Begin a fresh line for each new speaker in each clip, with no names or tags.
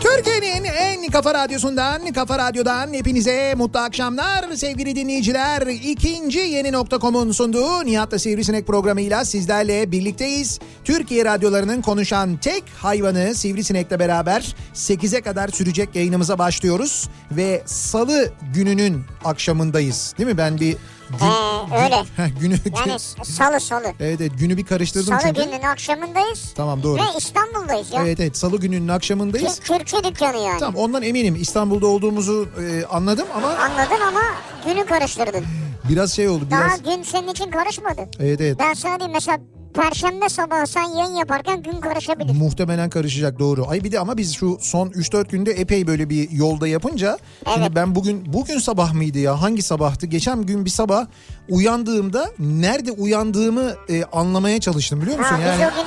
Türkiye'nin en kafa radyosundan, kafa radyodan hepinize mutlu akşamlar sevgili dinleyiciler. İkinci yeni nokta.com'un sunduğu Nihat'la Sivrisinek programıyla sizlerle birlikteyiz. Türkiye radyolarının konuşan tek hayvanı Sivrisinek'le beraber 8'e kadar sürecek yayınımıza başlıyoruz. Ve salı gününün akşamındayız değil mi? Ben bir gün,
He, öyle.
Heh, günü,
Yani salı salı.
evet, evet, günü bir karıştırdım
Salı
çünkü.
gününün akşamındayız.
Ee, Tamam doğru.
Ve İstanbul'dayız ya.
Evet evet salı gününün akşamındayız.
Kü- Kürkçe dükkanı yani.
Tamam ondan eminim İstanbul'da olduğumuzu e, anladım ama
Anladın ama günü karıştırdın.
biraz şey oldu
Daha
biraz.
gün senin için karışmadı.
Evet evet
Ben sana diyeyim mesela perşembe sabahı sen yayın yaparken gün karışabilir.
muhtemelen karışacak doğru. Ay bir de ama biz şu son 3-4 günde epey böyle bir yolda yapınca
Evet.
şimdi ben bugün bugün sabah mıydı ya hangi sabahtı? Geçen gün bir sabah uyandığımda nerede uyandığımı e, anlamaya çalıştım biliyor musun?
Ha,
yani
Biz o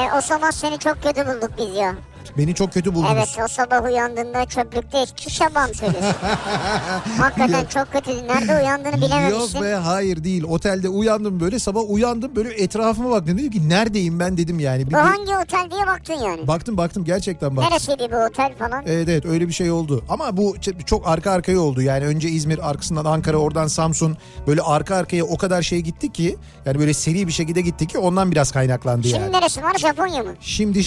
gün e, o sabah seni çok kötü bulduk biz ya.
beni çok kötü buldunuz.
Evet o sabah uyandığında çöplükte ki şabam söylüyorsun. Hakikaten çok kötü. Nerede uyandığını bilememişsin.
Yok be hayır değil. Otelde uyandım böyle sabah uyandım böyle etrafıma baktım dedim ki neredeyim ben dedim yani. Bir,
Bu hangi otel diye baktın yani.
baktım baktım gerçekten baktım.
Neresiydi bu otel falan.
Evet evet öyle bir şey oldu. Ama bu ç- çok arka arkaya oldu. Yani önce İzmir arkasından Ankara oradan Samsun böyle arka arkaya o kadar şey gitti ki yani böyle seri bir şekilde gitti ki ondan biraz kaynaklandı
Şimdi
yani.
neresi var Japonya mı?
Şimdi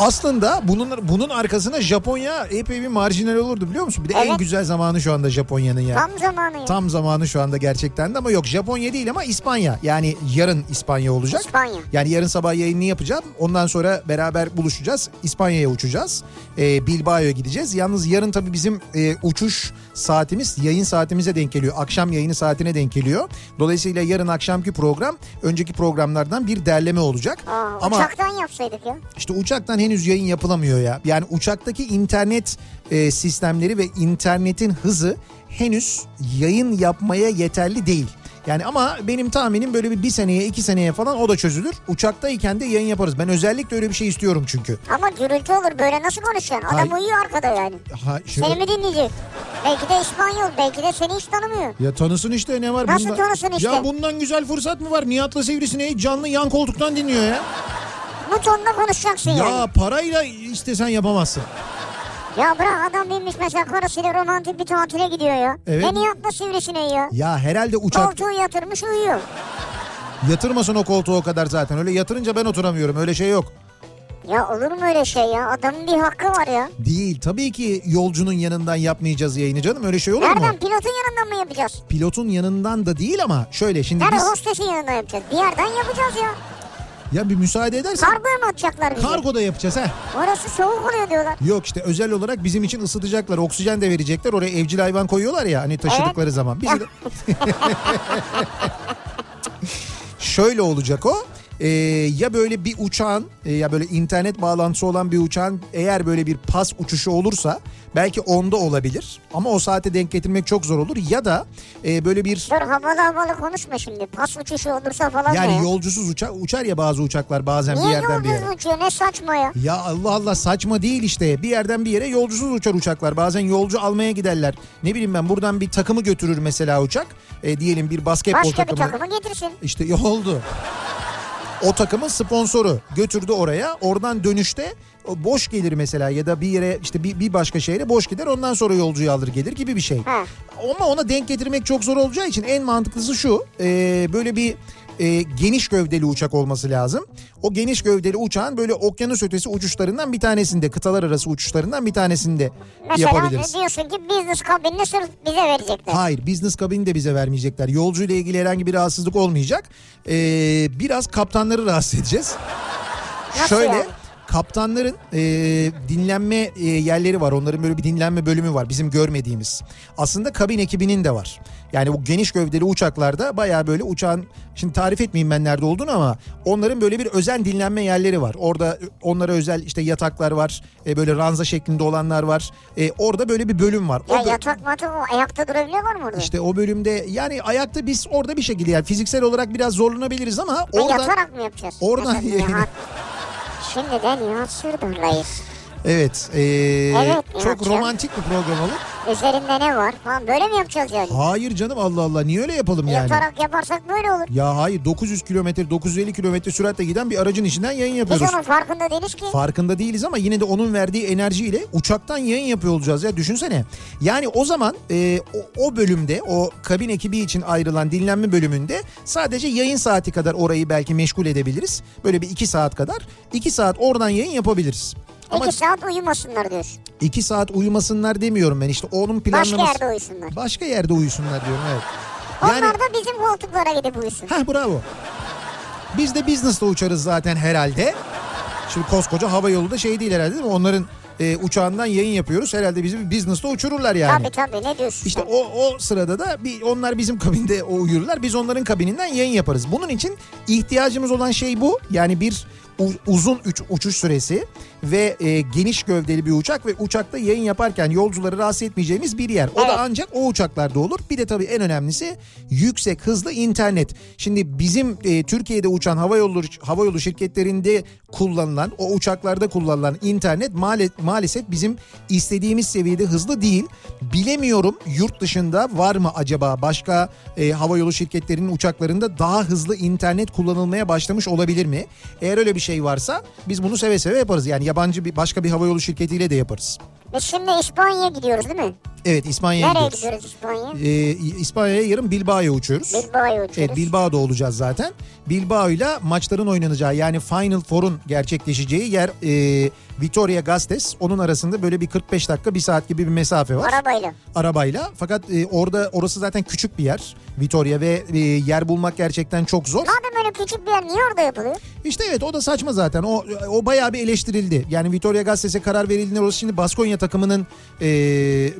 aslında bunun bunun arkasına Japonya epey bir marjinal olurdu biliyor musun? Bir de en
Evet.
güzel zamanı şu anda Japonya'nın ya.
Tam zamanı ya.
Tam zamanı şu anda gerçekten de ama yok Japonya değil ama İspanya. Yani yarın İspanya olacak.
İspanya.
Yani yarın sabah yayını yapacağım. Ondan sonra beraber buluşacağız. İspanya'ya uçacağız. Ee, Bilbao'ya gideceğiz. Yalnız yarın tabii bizim e, uçuş saatimiz yayın saatimize denk geliyor. Akşam yayını saatine denk geliyor. Dolayısıyla yarın akşamki program önceki programlardan bir derleme olacak.
Aa,
ama
Uçaktan yapsaydık ya.
işte uçaktan henüz yayın yapılamıyor ya. Yani uçaktaki internet e, sistemleri ve internetin hızı henüz yayın yapmaya yeterli değil. Yani ama benim tahminim böyle bir, bir seneye iki seneye falan o da çözülür. Uçaktayken de yayın yaparız. Ben özellikle öyle bir şey istiyorum çünkü.
Ama gürültü olur böyle nasıl konuşacaksın? Adam
Hayır.
uyuyor arkada yani.
Ha, şey, şimdi-
Seni mi dinleyecek? Belki de İspanyol, belki de seni hiç tanımıyor.
Ya tanısın işte ne var
Nasıl
bunda?
tanısın işte?
Ya bundan güzel fırsat mı var? Nihat'la Sivrisineği canlı yan koltuktan dinliyor ya.
Bu tonda konuşacaksın
Ya
yani.
parayla istesen yapamazsın.
Ya bırak adam binmiş mesela karısıyla romantik bir tatile gidiyor ya.
Evet.
Beni yapma sivrisine ya.
Ya herhalde uçak
Koltuğu yatırmış uyuyor.
Yatırmasın o koltuğu o kadar zaten. Öyle yatırınca ben oturamıyorum. Öyle şey yok.
Ya olur mu öyle şey ya? Adamın bir hakkı var ya.
Değil. Tabii ki yolcunun yanından yapmayacağız yayını canım. Öyle şey olur mu?
Nereden? Pilotun yanından mı yapacağız?
Pilotun yanından da değil ama şöyle şimdi
Nerede
biz
hostesin yanından yapacağız? Bir yerden yapacağız ya.
ya bir müsaade edersen
Kargoya mı atacaklar bizi?
kargoda yapacağız ha.
Orası soğuk oluyor diyorlar.
Yok işte özel olarak bizim için ısıtacaklar. Oksijen de verecekler. Oraya evcil hayvan koyuyorlar ya hani taşıdıkları zaman. Biz de... Şöyle olacak o. Ee, ya böyle bir uçağın e, ya böyle internet bağlantısı olan bir uçağın eğer böyle bir pas uçuşu olursa belki onda olabilir. Ama o saate denk getirmek çok zor olur. Ya da e, böyle bir
Dur havalı havalı konuşma şimdi. Pas uçuşu olursa falan ne? ya?
yani yolcusuz uçak uçar ya bazı uçaklar bazen bir
Niye
yerden bir yere.
yolculuğu uçuyor? Ne saçma ya.
Ya Allah Allah saçma değil işte. Bir yerden bir yere yolcusuz uçar uçaklar. Bazen yolcu almaya giderler. Ne bileyim ben buradan bir takımı götürür mesela uçak. E, diyelim bir basketbol
Başka bir
takımı.
takımı getirsin.
İşte ya oldu. O takımın sponsoru götürdü oraya. Oradan dönüşte o boş gelir mesela ya da bir yere işte bir, bir başka şehre boş gider. Ondan sonra yolcuyu alır gelir gibi bir şey.
Ha.
Ama ona denk getirmek çok zor olacağı için en mantıklısı şu. e, böyle bir e, geniş gövdeli uçak olması lazım. O geniş gövdeli uçağın böyle okyanus ötesi uçuşlarından bir tanesinde, kıtalar arası uçuşlarından bir tanesinde
Mesela
yapabiliriz.
diyorsun ki business kabinini sırf bize verecekler.
Hayır business kabini de bize vermeyecekler. Yolcuyla ilgili herhangi bir rahatsızlık olmayacak. Ee, biraz kaptanları rahatsız edeceğiz.
Nasıl
Şöyle
yani?
kaptanların e, dinlenme e, yerleri var. Onların böyle bir dinlenme bölümü var bizim görmediğimiz. Aslında kabin ekibinin de var. Yani bu geniş gövdeli uçaklarda bayağı böyle uçağın şimdi tarif etmeyeyim ben nerede olduğunu ama onların böyle bir özen dinlenme yerleri var. Orada e, onlara özel işte yataklar var. E, böyle ranza şeklinde olanlar var. E, orada böyle bir bölüm var. O
Ya
bö-
yatak matak o ayakta durabiliyorlar mı orada?
işte o bölümde yani ayakta biz orada bir şekilde yani fiziksel olarak biraz zorlanabiliriz ama
Ben
orada
yatarak mı yapacağız?
Oradan
Mesela
yayını-
Nihat- Şimdiden Nihat Sırdır'layız.
evet, ee,
Evet,
çok
Nihat'cığım.
romantik bir program olur.
Üzerinde ne var falan böyle mi yapacağız yani?
Hayır canım Allah Allah niye öyle yapalım yani?
Yatarak yaparsak böyle olur.
Ya hayır 900 kilometre 950 kilometre süratle giden bir aracın içinden yayın
Biz
yapıyoruz.
onun farkında değiliz ki.
Farkında değiliz ama yine de onun verdiği enerjiyle uçaktan yayın yapıyor olacağız ya düşünsene. Yani o zaman e, o, o bölümde o kabin ekibi için ayrılan dinlenme bölümünde sadece yayın saati kadar orayı belki meşgul edebiliriz. Böyle bir iki saat kadar iki saat oradan yayın yapabiliriz. Ama
İki saat uyumasınlar diyorsun.
iki saat uyumasınlar demiyorum ben işte onun planlaması.
Başka yerde uyusunlar.
Başka yerde uyusunlar diyorum evet.
Onlar da bizim koltuklara gidip uyusun.
Heh bravo. Biz de business'la uçarız zaten herhalde. Şimdi koskoca hava yolu da şey değil herhalde değil mi? Onların e, uçağından yayın yapıyoruz. Herhalde bizi business'la uçururlar yani.
Tabii tabii ne diyorsun
İşte
sen?
o o sırada da bir onlar bizim kabinde o uyurlar. Biz onların kabininden yayın yaparız. Bunun için ihtiyacımız olan şey bu. Yani bir u- uzun üç, uçuş süresi ve e, geniş gövdeli bir uçak ve uçakta yayın yaparken yolcuları rahatsız etmeyeceğimiz bir yer. O
Evet.
da ancak o uçaklarda olur. Bir de tabii en önemlisi yüksek hızlı internet. Şimdi bizim e, Türkiye'de uçan hava yolları hava yolu şirketlerinde kullanılan o uçaklarda kullanılan internet maale- maalesef bizim istediğimiz seviyede hızlı değil. Bilemiyorum yurt dışında var mı acaba başka e, hava yolu şirketlerinin uçaklarında daha hızlı internet kullanılmaya başlamış olabilir mi? Eğer öyle bir şey varsa biz bunu seve seve yaparız. Yani yabancı bir başka bir hava yolu şirketiyle de yaparız.
Biz şimdi İspanya'ya gidiyoruz değil mi?
Evet İspanya'ya
Nereye
gidiyoruz.
gidiyoruz İspanya'ya?
Ee, e, İspanya'ya yarın Bilbao'ya uçuyoruz.
Bilbao'ya uçuyoruz.
Evet Bilbao'da olacağız zaten. Bilbao'yla maçların oynanacağı yani Final Four'un gerçekleşeceği yer e, Vitoria Gasteiz. Onun arasında böyle bir 45 dakika bir saat gibi bir mesafe var
Arabayla.
arabayla. Fakat e, orada orası zaten küçük bir yer Vitoria ve e, yer bulmak gerçekten çok zor.
Madem öyle küçük bir yer niye orada yapılıyor?
İşte evet o da saçma zaten. O o bayağı bir eleştirildi. Yani Vitoria Gazetesi'ne karar verildiğinde orası şimdi Baskonya takımının e,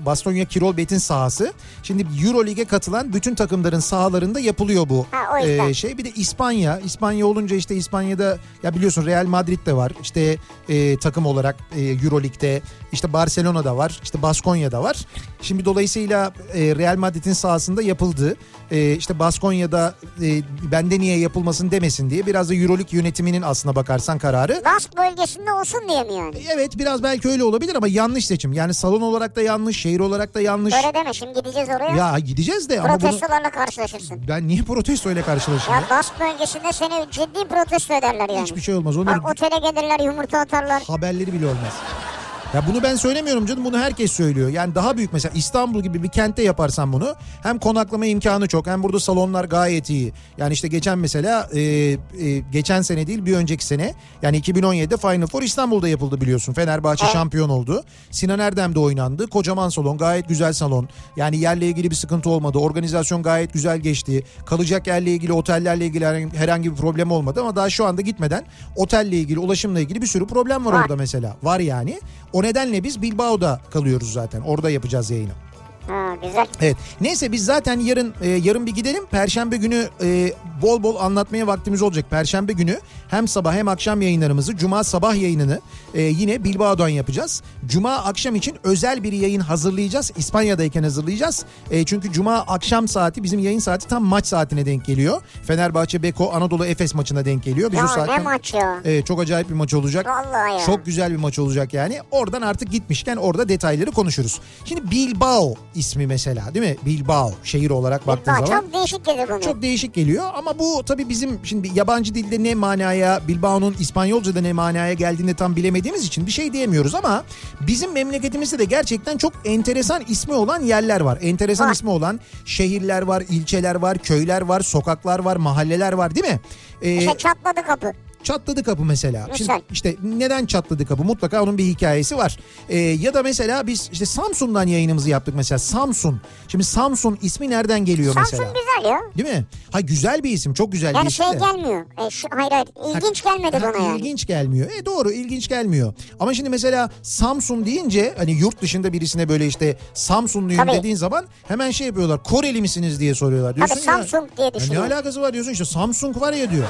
Baskonya Kirol Bet'in sahası. Şimdi Euro Lig'e katılan bütün takımların sahalarında yapılıyor bu
Ha, o yüzden.
şey. Bir de İspanya. İspanya olunca işte İspanya'da ya biliyorsun Real Madrid de var. İşte e, takım olarak e, Euro Lig'de. işte Barcelona'da var. işte Baskonya'da var. Şimdi dolayısıyla e, Real Madrid'in sahasında yapıldı. E, işte Baskonya'da e, bende niye yapılmasın demesin diye biraz da Euroleague yönetiminin aslına bakarsan kararı. E,
Bask bölgesinde olsun diye mi yani?
Evet biraz belki öyle olabilir ama yanlış seçim. Yani salon olarak da yanlış, şehir olarak da yanlış.
Öyle deme şimdi gideceğiz oraya.
Ee, Ya gideceğiz de ama bunu
protestolarla karşılaşırsın.
ben niye protestoyla karşılaşayım?
Ya
ya?
Bask bölgesinde seni ciddi protesto ederler yani.
Hiçbir şey olmaz. Onlar
Bak otele gelirler yumurta atarlar.
haberleri bile olmaz. Ya bunu ben söylemiyorum canım bunu herkes söylüyor. Yani daha büyük mesela İstanbul gibi bir kentte yaparsan bunu hem konaklama imkanı çok hem burada salonlar gayet iyi. Yani işte geçen mesela e, e, geçen sene değil bir önceki sene yani 2017'de Final Four İstanbul'da yapıldı biliyorsun. Fenerbahçe şampiyon oldu. Sinan Erdem'de oynandı. Kocaman salon gayet güzel salon. Yani yerle ilgili bir sıkıntı olmadı. Organizasyon gayet güzel geçti. Kalacak yerle ilgili otellerle ilgili herhangi- herhangi bir problem olmadı ama daha şu anda gitmeden otelle ilgili ulaşımla ilgili bir sürü problem var
Var.
orada mesela. Var yani. O nedenle biz Bilbao'da kalıyoruz zaten. Orada yapacağız yayını.
Ha güzel.
Evet. Neyse biz zaten yarın e, yarın bir gidelim. Perşembe günü e, bol bol anlatmaya vaktimiz olacak. Perşembe günü hem sabah hem akşam yayınlarımızı Cuma sabah yayınını e, yine Bilbao'dan yapacağız. Cuma akşam için özel bir yayın hazırlayacağız. İspanya'dayken hazırlayacağız. E, çünkü Cuma akşam saati bizim yayın saati tam maç saatine denk geliyor. Fenerbahçe Beko Anadolu Efes maçına denk geliyor. Biz
Ya
o saatten-
ne maç ya.
Evet, çok acayip bir maç olacak.
Vallahi ya.
Çok güzel bir maç olacak yani. Oradan artık gitmişken orada detayları konuşuruz. Şimdi Bilbao ismi mesela değil mi? Bilbao şehir olarak baktığın
Bilbao
zaman.
çok değişik gelir bana.
Çok değişik geliyor ama bu tabii bizim şimdi yabancı dilde ne manaya Bilbao'nun İspanyolca'da ne manaya geldiğini tam bilemediğimiz için bir şey diyemiyoruz ama bizim memleketimizde de gerçekten çok enteresan ismi olan yerler var. Enteresan
Var.
ismi olan şehirler var, ilçeler var, köyler var, sokaklar var, mahalleler var değil mi? Ee,
İşte çatladı kapı.
Çatladı kapı mesela.
Mesela.
Şimdi işte neden çatladı kapı? Mutlaka onun bir hikayesi var. Ee, ya da mesela biz işte Samsun'dan yayınımızı yaptık mesela. Samsun. Şimdi Samsun ismi nereden geliyor
Samsun
mesela?
güzel ya.
Değil mi? Ha güzel bir isim. Çok güzel bir
Yani
isim.
şey
de.
gelmiyor. E, şu, hayır hayır ilginç gelmedi
Ha,
bana yani.
İlginç gelmiyor. E doğru ilginç gelmiyor. Ama şimdi mesela Samsun deyince hani yurt dışında birisine böyle işte Samsunluyum
Tabii.
dediğin zaman hemen şey yapıyorlar. Koreli misiniz diye soruyorlar. Diyorsun
Tabii
ya,
Samsung diye
"Ya Ne
düşünüyorum.
alakası var diyorsun işte Samsung var ya diyor.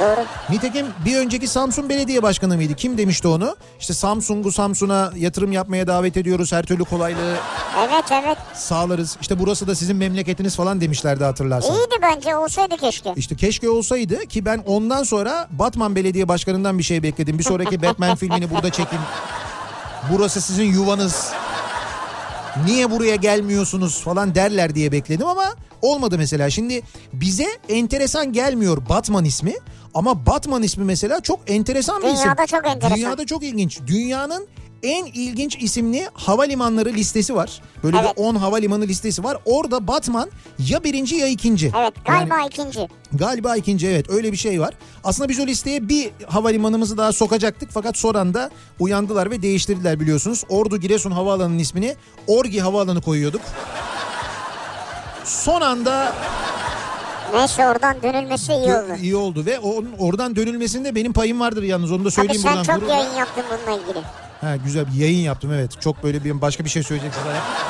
Doğru.
Nitekim bir önceki Samsun Belediye Başkanı mıydı? Kim demişti onu? İşte Samsung'u Samsun'a yatırım yapmaya davet ediyoruz. Her türlü kolaylığı
Evet evet.
sağlarız. İşte burası da sizin memleketiniz falan demişlerdi hatırlarsan.
İyiydi bence olsaydı keşke.
İşte keşke olsaydı ki ben ondan sonra Batman Belediye Başkanı'ndan bir şey bekledim. Bir sonraki Batman filmini burada çekin. Burası sizin yuvanız. Niye buraya gelmiyorsunuz falan derler diye bekledim ama olmadı mesela. Şimdi bize enteresan gelmiyor Batman ismi ama Batman ismi mesela çok enteresan bir isim.
Dünyada çok enteresan.
Dünyada çok ilginç. Dünyanın en ilginç isimli havalimanları listesi var. Böyle
Evet.
bir 10 havalimanı listesi var. Orada Batman ya birinci ya ikinci.
Evet
Yani-
galiba ikinci.
Galiba ikinci evet öyle bir şey var. Aslında biz o listeye bir havalimanımızı daha sokacaktık fakat son anda uyandılar ve değiştirdiler biliyorsunuz. Ordu Giresun Havaalanı'nın ismini Orgi Havaalanı koyuyorduk. Son anda
Neyse oradan dönülmesi iyi oldu.
iyi oldu ve onun oradan dönülmesinde benim payım vardır yalnız onu da
Tabii
söyleyeyim
sen
buradan.
çok
gururla.
yayın yaptın bununla ilgili.
Ha, güzel bir yayın yaptım evet. Çok böyle bir başka bir şey söyleyeceksiniz.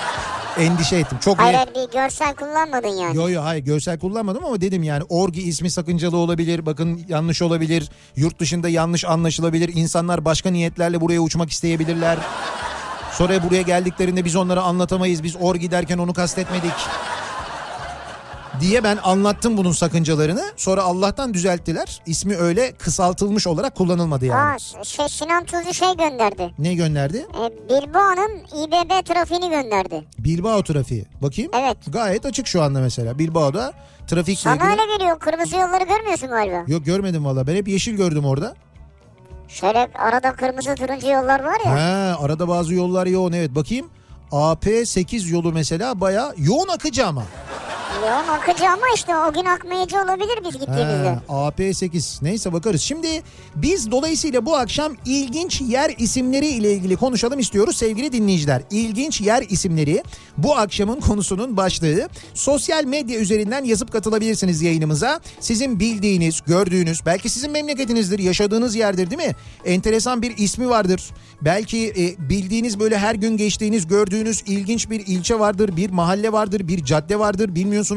Endişe ettim. Çok e,
Hayır
yayın-
hayır bir görsel kullanmadın yani.
Yo yo hayır görsel kullanmadım ama dedim yani orgi ismi sakıncalı olabilir. Bakın yanlış olabilir. Yurt dışında yanlış anlaşılabilir. İnsanlar başka niyetlerle buraya uçmak isteyebilirler. Sonra buraya geldiklerinde biz onlara anlatamayız. Biz orgi derken onu kastetmedik. Diye ben anlattım bunun sakıncalarını. Sonra Allah'tan düzelttiler. İsmi öyle kısaltılmış olarak kullanılmadı yani.
Aa, s- şey, Sinan Tuzcu şey gönderdi.
Ne gönderdi?
E, Bilbao'nun İBB trafiğini gönderdi.
Bilbao trafiği. Bakayım.
Evet.
Gayet açık şu anda mesela. Bilbao'da trafikle
Sana
ilgili...
öyle geliyor. Kırmızı yolları görmüyorsun galiba.
Yok görmedim valla. Ben hep yeşil gördüm orada.
Şöyle arada kırmızı turuncu yollar var ya.
Ha, arada bazı yollar yoğun evet bakayım. AP8 yolu mesela baya yoğun akıcı ama.
Yoğun akıcı ama işte o gün akmayıcı olabilir biz gittiğimizde.
Ha, AP8 neyse bakarız. Şimdi biz dolayısıyla bu akşam ilginç yer isimleri ile ilgili konuşalım istiyoruz sevgili dinleyiciler. İlginç yer isimleri bu akşamın konusunun başlığı. Sosyal medya üzerinden yazıp katılabilirsiniz yayınımıza. Sizin bildiğiniz, gördüğünüz, belki sizin memleketinizdir, yaşadığınız yerdir değil mi? Enteresan bir ismi vardır. Belki e, bildiğiniz böyle her gün geçtiğiniz, gördüğünüz ilginç bir ilçe vardır, bir mahalle vardır, bir cadde vardır bilmiyorsunuzdur.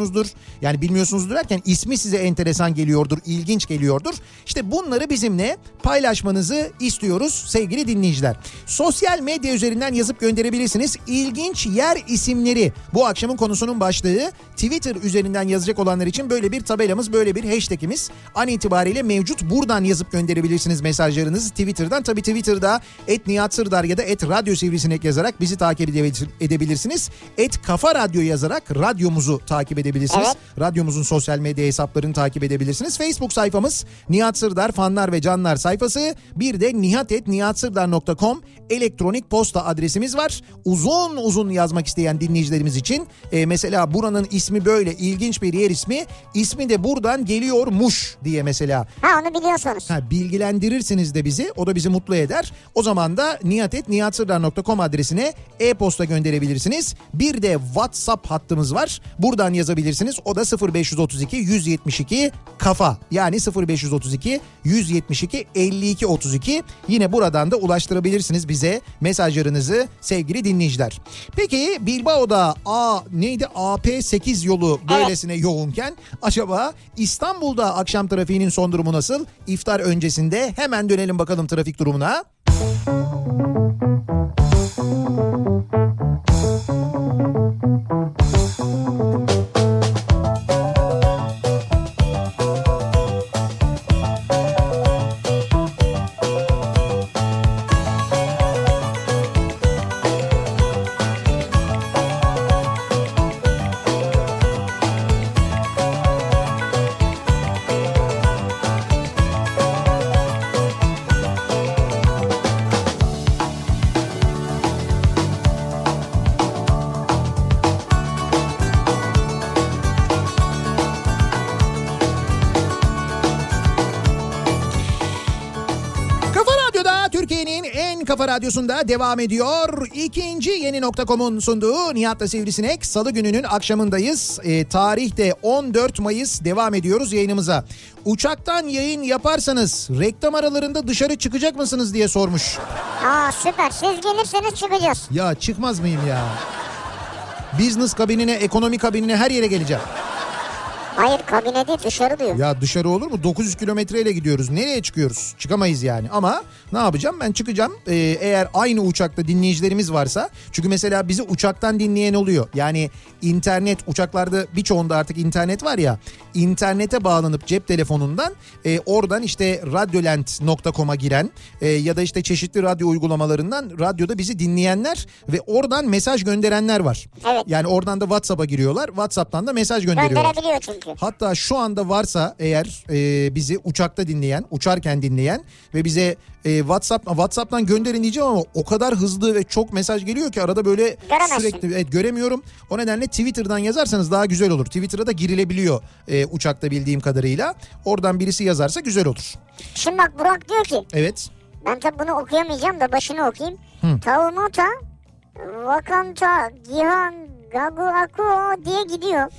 Yani bilmiyorsunuzdur derken ismi size enteresan geliyordur, ilginç geliyordur. İşte bunları bizimle paylaşmanızı istiyoruz sevgili dinleyiciler. Sosyal medya üzerinden yazıp gönderebilirsiniz. İlginç yer isimleri bu akşamın konusunun başlığı. Twitter üzerinden yazacak olanlar için böyle bir tabelamız, böyle bir hashtagimiz an itibariyle mevcut. Buradan yazıp gönderebilirsiniz mesajlarınızı Twitter'dan. Tabii Twitter'da et Nihat Sırdar ya da et Radyo Sivrisinek yazarak bizi takip edebil- edebilirsiniz. Et Kafa Radyo yazarak radyomuzu takip edebilirsiniz.
Evet.
Radyomuzun sosyal medya hesaplarını takip edebilirsiniz. Facebook sayfamız Nihat Sırdar fanlar ve canlar sayfası. Bir de nihatetnihatsırdar.com elektronik posta adresimiz var. Uzun uzun yazmak isteyen dinleyicilerimiz için e, mesela buranın ismi böyle ilginç bir yer ismi. ismi de buradan geliyormuş diye mesela
Ha onu biliyorsunuz.
Ha, bilgilendirirsiniz de bizi. O da bizi mutlu eder. O zaman da niyatetniyatsırdar.com adresine e-posta gönderebilirsiniz. Bir de WhatsApp hattımız var. Buradan yazabilirsiniz. O da 0532 172 kafa. Yani 0532 172 52 32. Yine buradan da ulaştırabilirsiniz bize mesajlarınızı sevgili dinleyiciler. Peki Bilbao'da A neydi AP8 yolu böylesine yoğunken acaba İstanbul'da akşam trafiğinin son durumu nasıl? İftar öncesinde hemen dönelim bakalım trafik durumuna. Kafa Radyosu'nda devam ediyor. İkinci yeni nokta.com'un sunduğu Nihat'la Sivrisinek. Salı gününün akşamındayız. E, tarih de 14 Mayıs devam ediyoruz yayınımıza. Uçaktan yayın yaparsanız reklam aralarında dışarı çıkacak mısınız diye sormuş.
Aa süper siz gelirseniz çıkacağız.
Ya çıkmaz mıyım ya? Business kabinine, ekonomi kabinine her yere geleceğim.
Hayır kabine değil dışarı diyor.
Ya dışarı olur mu? 900 kilometreyle gidiyoruz. Nereye çıkıyoruz? Çıkamayız yani. Ama ne yapacağım? Ben çıkacağım. Ee, eğer aynı uçakta dinleyicilerimiz varsa. Çünkü mesela bizi uçaktan dinleyen oluyor. Yani internet uçaklarda birçoğunda artık internet var ya. İnternete bağlanıp cep telefonundan e, oradan işte radyolent.com'a giren e, ya da işte çeşitli radyo uygulamalarından radyoda bizi dinleyenler ve oradan mesaj gönderenler var.
Evet.
Yani oradan da WhatsApp'a giriyorlar. WhatsApp'tan da mesaj gönderiyorlar.
Gönderebiliyor çünkü.
Hatta şu anda varsa eğer e, bizi uçakta dinleyen, uçarken dinleyen ve bize e, WhatsApp WhatsApp'tan gönderin diyeceğim ama o kadar hızlı ve çok mesaj geliyor ki arada böyle
Göremezsin.
sürekli evet, göremiyorum. O nedenle Twitter'dan yazarsanız daha güzel olur. Twitter'a da girilebiliyor e, uçakta bildiğim kadarıyla. Oradan birisi yazarsa güzel olur.
Şimdi bak Burak diyor ki
Evet.
ben tabi bunu okuyamayacağım da başını okuyayım. Taumota Vakanta Gihan Gaguakuo diye gidiyor.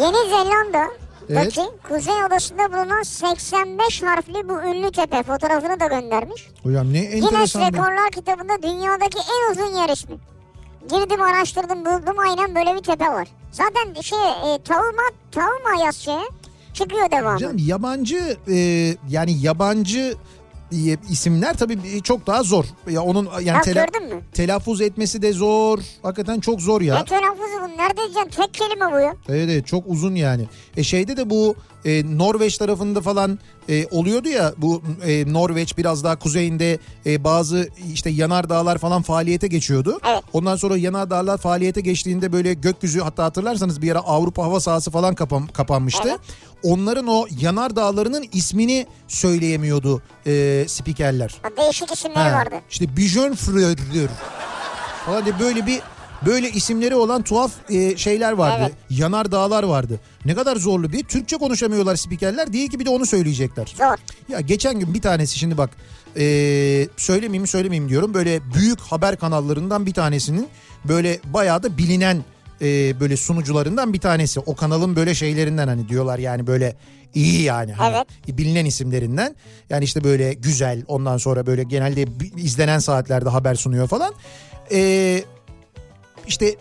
Yeni Zelanda'daki kuzey odasında bulunan 85 harfli bu ünlü tepe fotoğrafını da göndermiş.
Hocam ne
Guinness
enteresan. bir-
Rekorlar kitabında dünyadaki en uzun yarışma. Girdim araştırdım buldum aynen böyle bir tepe var. Zaten şey e, tavuma, tavuma yaz şeye çıkıyor devamı.
Canım yabancı e, yani yabancı e, isimler tabii bir- çok daha zor. Ya onun yani
Ya
tela-
gördün mü?
telaffuz etmesi de zor. Hakikaten çok zor ya.
Ne telaffuzu bu nerede diyeceksin tek kelime bu ya.
Evet evet çok uzun yani. E şeyde de bu e, Norveç tarafında falan e, oluyordu ya bu e, Norveç biraz daha kuzeyinde e, bazı işte yanardağlar falan faaliyete geçiyordu.
Evet.
Ondan sonra yanardağlar faaliyete geçtiğinde böyle gökyüzü hatta hatırlarsanız bir ara Avrupa hava sahası falan kapan, kapanmıştı.
Evet.
Onların o yanardağlarının ismini söyleyemiyordu e, spikerler.
O değişik isimleri
Ha,
vardı.
İşte Bijonfrödür falan diye böyle bir böyle isimleri olan tuhaf e, şeyler vardı.
Evet.
Yanar dağlar vardı. Ne kadar zorlu bir. Türkçe konuşamıyorlar spikerler. Değil ki bir de onu söyleyecekler.
Zor.
Ya geçen gün bir tanesi şimdi bak e, söylemeyeyim mi söylemeyeyim diyorum. Böyle büyük haber kanallarından bir tanesinin böyle bayağı da bilinen e, böyle sunucularından bir tanesi. O kanalın böyle şeylerinden hani diyorlar yani böyle iyi yani. Hani Bilinen isimlerinden. Yani işte böyle güzel ondan sonra böyle genelde bi- izlenen saatlerde haber sunuyor falan. E, işte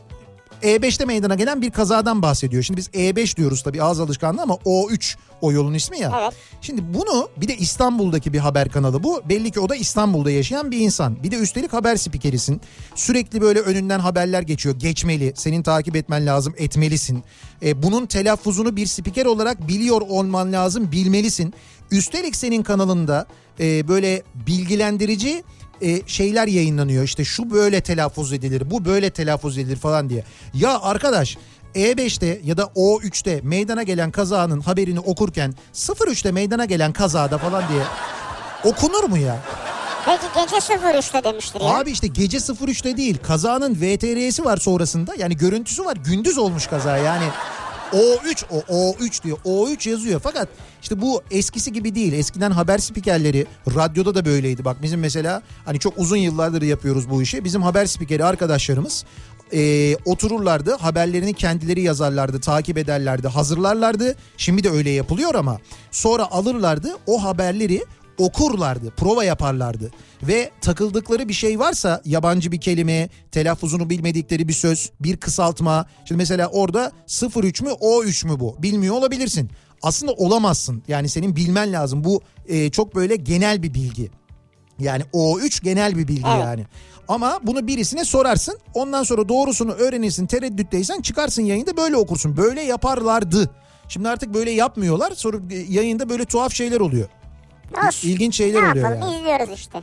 E5'te meydana gelen bir kazadan bahsediyor. Şimdi biz E5 diyoruz tabii ağız alışkanlığı ama O3 o yolun ismi ya.
Evet.
Şimdi bunu bir de İstanbul'daki bir haber kanalı bu. Belli ki o da İstanbul'da yaşayan bir insan. Bir de üstelik haber spikerisin. Sürekli böyle önünden haberler geçiyor. Geçmeli. Senin takip etmen lazım. Etmelisin. E, bunun telaffuzunu bir spiker olarak biliyor olman lazım. Bilmelisin. Üstelik senin kanalında e, böyle bilgilendirici e, şeyler yayınlanıyor. İşte şu böyle telaffuz edilir, bu böyle telaffuz edilir falan diye. Ya arkadaş E5'te ya da O3'te meydana gelen kazanın haberini okurken 03'te meydana gelen kazada falan diye okunur mu ya?
Peki gece 03'te demiştir ya.
Abi işte gece 03'te değil kazanın VTR'si var sonrasında yani görüntüsü var gündüz olmuş kaza yani. O3 o O3 diyor. O3 yazıyor. Fakat işte bu eskisi gibi değil. Eskiden haber spikerleri radyoda da böyleydi. Bak bizim mesela hani çok uzun yıllardır yapıyoruz bu işi. Bizim haber spikeri arkadaşlarımız e, otururlardı. Haberlerini kendileri yazarlardı, takip ederlerdi, hazırlarlardı. Şimdi de öyle yapılıyor ama sonra alırlardı o haberleri okurlardı, prova yaparlardı ve takıldıkları bir şey varsa yabancı bir kelime, telaffuzunu bilmedikleri bir söz, bir kısaltma. Şimdi mesela orada 03 mü O3 mü bu? Bilmiyor olabilirsin. Aslında olamazsın. Yani senin bilmen lazım. Bu e, çok böyle genel bir bilgi. Yani O3 genel bir bilgi
Evet.
yani. Ama bunu birisine sorarsın. Ondan sonra doğrusunu öğrenirsin. Tereddütteysen çıkarsın yayında böyle okursun. Böyle yaparlardı. Şimdi artık böyle yapmıyorlar. Sonra e, yayında böyle tuhaf şeyler oluyor.
Olsun.
İlginç
ne
şeyler oluyor
yapalım
yani.
izliyoruz işte.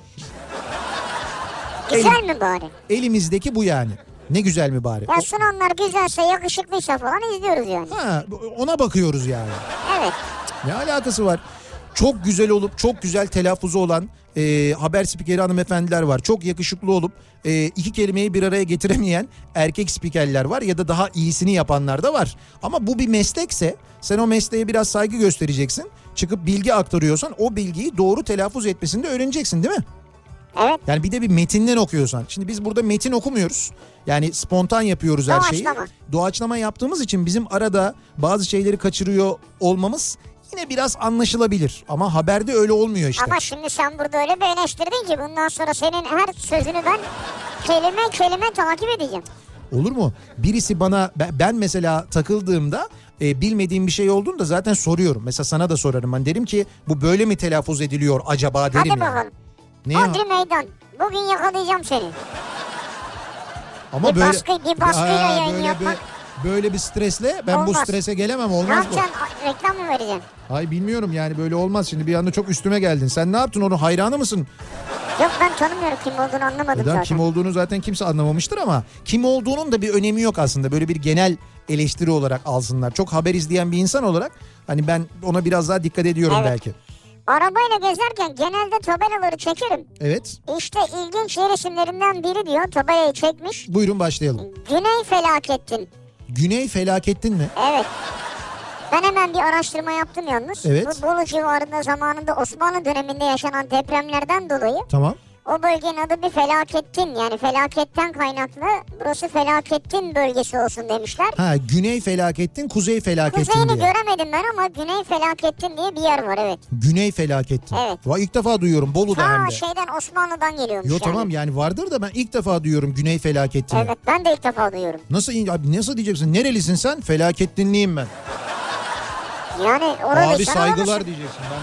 Güzel mi bari?
Elimizdeki bu yani. Ne güzel mi bari?
Ya
O-
sunanlar güzelse yakışıklıysa falan izliyoruz yani.
Ha, ona bakıyoruz yani.
Evet.
Ne alakası var? Çok güzel olup çok güzel telaffuzu olan e, haber spikeri hanımefendiler var. Çok yakışıklı olup e, iki kelimeyi bir araya getiremeyen erkek spikerler var ya da daha iyisini yapanlar da var. Ama bu bir meslekse sen o mesleğe biraz saygı göstereceksin. Çıkıp bilgi aktarıyorsan o bilgiyi doğru telaffuz etmesini de öğreneceksin değil mi?
Evet.
Yani bir de bir metinden okuyorsan. Şimdi biz burada metin okumuyoruz. Yani spontan yapıyoruz her şeyi.
Doğaçlama.
Doğaçlama yaptığımız için bizim arada bazı şeyleri kaçırıyor olmamız yine biraz anlaşılabilir. Ama haberde öyle olmuyor işte.
Ama şimdi sen burada öyle bir eleştirdin ki bundan sonra senin her sözünü ben kelime kelime takip edeceğim.
Olur mu? Birisi bana ben- ben mesela takıldığımda e, bilmediğim bir şey olduğunda zaten soruyorum. Mesela sana da sorarım. Ben derim ki bu böyle mi telaffuz ediliyor acaba derim.
Hadi
yani.
bakalım.
Ne
Odri
ya?
Meydan. Bugün yakalayacağım seni.
Ama
bir baskı- bir baskıyla
Aa,
yayın
böyle,
yapmak-
böyle- böyle bir stresle ben bu
Olmaz.
strese gelemem
Ne
olmaz bu.
yapacaksın? A- Reklam mı vereceksin?
Ay bilmiyorum yani böyle olmaz şimdi bir anda çok üstüme geldin. Sen ne yaptın onu hayranı mısın?
Yok ben tanımıyorum kim olduğunu anlamadım
Neden
zaten.
kim olduğunu zaten kimse anlamamıştır ama kim olduğunun da bir önemi yok aslında. Böyle bir genel eleştiri olarak alsınlar. Çok haber izleyen bir insan olarak hani ben ona biraz daha dikkat ediyorum
Evet.
belki.
Arabayla gezerken genelde tabelaları çekerim.
Evet.
İşte ilginç yer isimlerinden biri diyor tabelayı çekmiş.
Buyurun başlayalım.
Güney felakettin.
Güney felakettin mi?
Evet. Ben hemen bir araştırma yaptım yalnız.
Evet.
Bu Bolu civarında zamanında Osmanlı döneminde yaşanan depremlerden dolayı
Tamam.
o bölgenin adı bir felakettin. Yani felaketten kaynaklı burası felakettin bölgesi olsun demişler.
Ha güney felakettin, kuzey felakettin
Kuzeyini
diye.
göremedim ben ama Güney felakettin diye bir yer var evet.
Güney felakettin.
Evet.
Vay ilk defa duyuyorum Bolu'da hem
Ta
de.
şeyden Osmanlı'dan geliyormuş
Yo
yani.
tamam yani vardır da ben ilk defa duyuyorum güney felakettin.
Evet ben de ilk defa duyuyorum.
Nasıl in- abi nasıl diyeceksin? Nerelisin sen? Felakettinliyim ben.
Yani orada
Abi
sen
saygılar
alamazsın.
diyeceksin ben.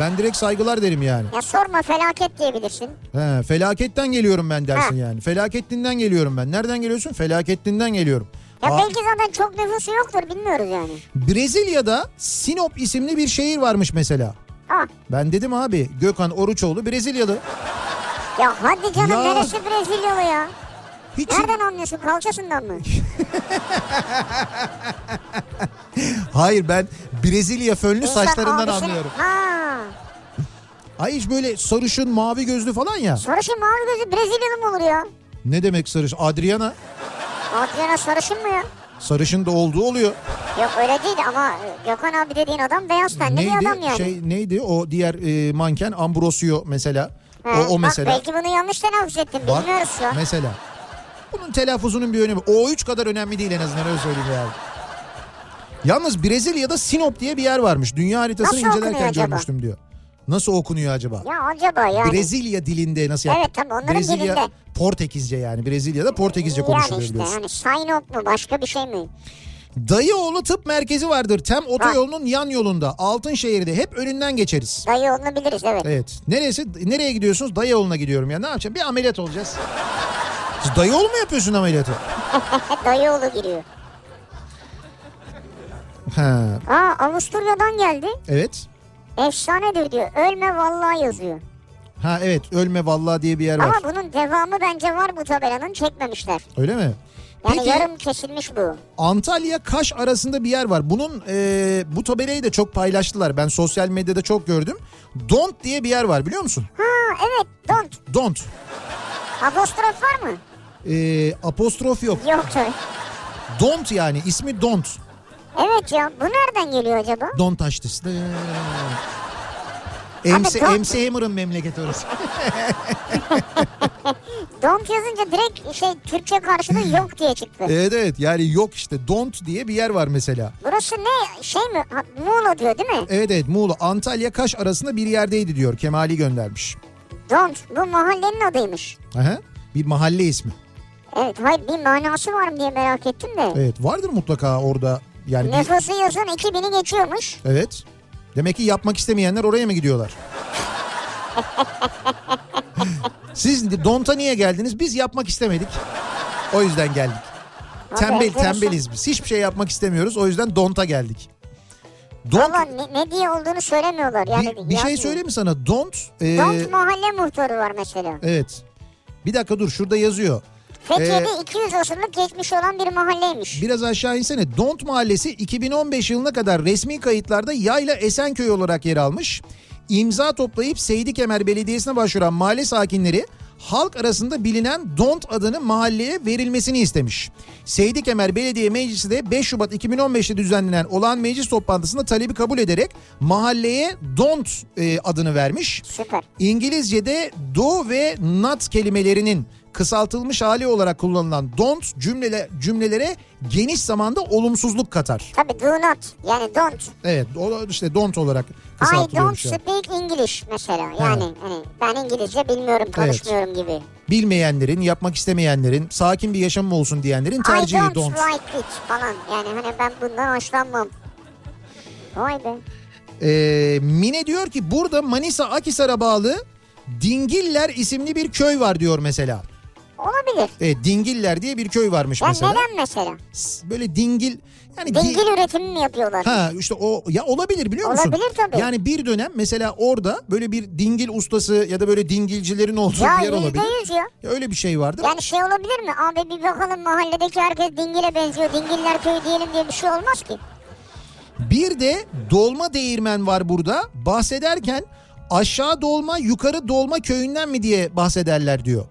Ben direkt saygılar derim yani.
Ya sorma felaket diyebilirsin.
He, felaketten geliyorum ben dersin
Ha.
yani. Felakettinden geliyorum ben. Nereden geliyorsun? Felakettinden geliyorum.
Ya
Aa,
belki zaten çok nüfusu yoktur bilmiyoruz yani.
Brezilya'da Sinop isimli bir şehir varmış mesela.
Ha.
Ben dedim abi Gökhan Oruçoğlu Brezilyalı.
Ya hadi canım
Ya.
neresi Brezilyalı ya?
Hiç
Nereden anlıyorsun kalçasından mı?
Hayır ben Brezilya fönlü
İnsan
saçlarından
abisini-
anlıyorum.
Ha.
Ay hiç böyle sarışın mavi gözlü falan ya.
Sarışın mavi gözü Brezilyalı mı olur ya?
Ne demek sarışın? Adriana
Adriana sarışın mı ya?
sarışın da olduğu oluyor.
Yok öyle değil ama e, Gökhan abi dediğin adam beyaz tenli bir adam yani.
Şey neydi o diğer e, manken Ambrosio mesela.
Ha,
o o
bak
mesela.
belki bunu yanlış telaffuz ettim
Bak,
bilmiyoruz ya.
Mesela. Bunun telaffuzunun bir önemi. O3 kadar önemli değil en azından öyle söyleyeyim yani. Yalnız Brezilya'da Sinop diye bir yer varmış. Dünya haritasını
Nasıl okunuyor
incelerken
acaba?
görmüştüm diyor. Nasıl okunuyor acaba?
Ya acaba yani.
Brezilya dilinde nasıl
Evet, tabii onların
Brezilya
dilinde.
Portekizce yani. Brezilya'da Portekizce konuşuluyor
yani işte
biliyorsun.
yani Sinop mu başka bir şey mi?
Dayıoğlu Tıp Merkezi vardır. Tem otoyolunun yan yolunda. Altınşehir'de hep önünden geçeriz.
Dayı olduğunu biliriz evet.
Evet. Neresi? Nereye gidiyorsunuz? Dayıoğlu'na gidiyorum ya. Ne yapacağım? Bir ameliyat olacağız. Siz Dayıoğlu mu yapıyorsun ameliyatı?
Hep dayı oğlu giriyor.
Ha,
Aa Avusturya'dan geldi.
evet.
Efsanedir diyor. Ölme vallahi yazıyor.
Ha evet ölme vallahi diye bir yer var.
Ama bunun devamı bence var bu tabelanın çekmemişler.
Öyle mi?
Yani
Peki
yarım kesilmiş bu.
Antalya Kaş arasında bir yer var. Bunun e, bu tabelayı da çok paylaştılar. Ben sosyal medyada çok gördüm. Don't diye bir yer var biliyor musun?
Ha evet don't.
Don't.
Apostrof var mı?
E, apostrof yok.
Yok tabii.
Don't yani ismi Don't.
Evet ya bu nereden geliyor acaba?
Don't touch this. MC,
don't-
MC Hammer'ın memleketi orası.
Don't yazınca direkt şey Türkçe karşılığı yok diye çıktı.
evet evet yani yok işte Don't diye bir yer var mesela.
Burası ne şey mi? Ha, Muğla diyor değil mi?
Evet evet Muğla Antalya Kaş arasında bir yerdeydi diyor Kemali göndermiş.
Don't bu mahallenin adıymış.
Aha, bir mahalle ismi.
Evet hayır bir manası var mı diye merak ettim de.
Evet vardır mutlaka orada yani bir-
Nüfusu yazın 2000'i geçiyormuş.
evet. Demek ki yapmak istemeyenler oraya mı gidiyorlar? Siz de Don'ta niye geldiniz? Biz yapmak istemedik. O yüzden geldik.
Abi
Tembel
enteresan.
tembeliz biz. Hiçbir şey yapmak istemiyoruz. O yüzden Don'ta geldik. Don't
Valla ne, ne diye olduğunu söylemiyorlar. Yani
bir, bir şey
yazmıyor.
söyleyeyim mi sana? Don't e,
Don't mahalle muhtarı var mesela.
evet. Bir dakika dur şurada yazıyor.
Fethiye'de
Ee,
200 asırlık geçmiş olan bir mahalleymiş.
Biraz aşağı insene. Don't Mahallesi 2015 yılına kadar resmi kayıtlarda Yayla Esenköy olarak yer almış. İmza toplayıp Seydi Kemer Belediyesi'ne başvuran mahalle sakinleri halk arasında bilinen Don't adını mahalleye verilmesini istemiş. Seydi Kemer Belediye Meclisi de 5 Şubat 2015'te düzenlenen olan meclis toplantısında talebi kabul ederek mahalleye Don't e, adını vermiş.
Süper.
İngilizce'de do ve not kelimelerinin kısaltılmış hali olarak kullanılan don't cümlele, cümlelere geniş zamanda olumsuzluk katar.
Tabii do not yani don't.
Evet o- işte don't olarak şey.
I don't
kısaltılıyormuş. yani.
speak English mesela. Yani hani ben İngilizce bilmiyorum, konuşmuyorum gibi.
Bilmeyenlerin, yapmak istemeyenlerin, sakin bir yaşamım olsun diyenlerin
I
tercihi
don't,
don't.
like it falan. Yani hani ben bundan hoşlanmam. Vay be.
Ee, Mine diyor ki burada Manisa Akisar'a bağlı Dingiller isimli bir köy var diyor mesela.
Olabilir.
Evet, Dingiller diye bir köy varmış
Ya
mesela.
neden mesela?
S- Böyle dingil yani di-
Dingil üretimi mi yapıyorlar?
Ha işte o ya olabilir biliyor musun?
Olabilir tabii.
Yani bir dönem mesela orada böyle bir dingil ustası ya da böyle dingilcilerin olduğu
ya
bir yer
yüzde
olabilir.
yüz ya.
Ya öyle bir şey vardır.
Yani şey olabilir mi? Abi bir bakalım mahalledeki herkes dingile benziyor. Dingiller köyü diyelim diye bir şey olmaz ki.
Bir de dolma değirmen var burada. Bahsederken aşağı dolma yukarı dolma köyünden mi diye bahsederler diyor.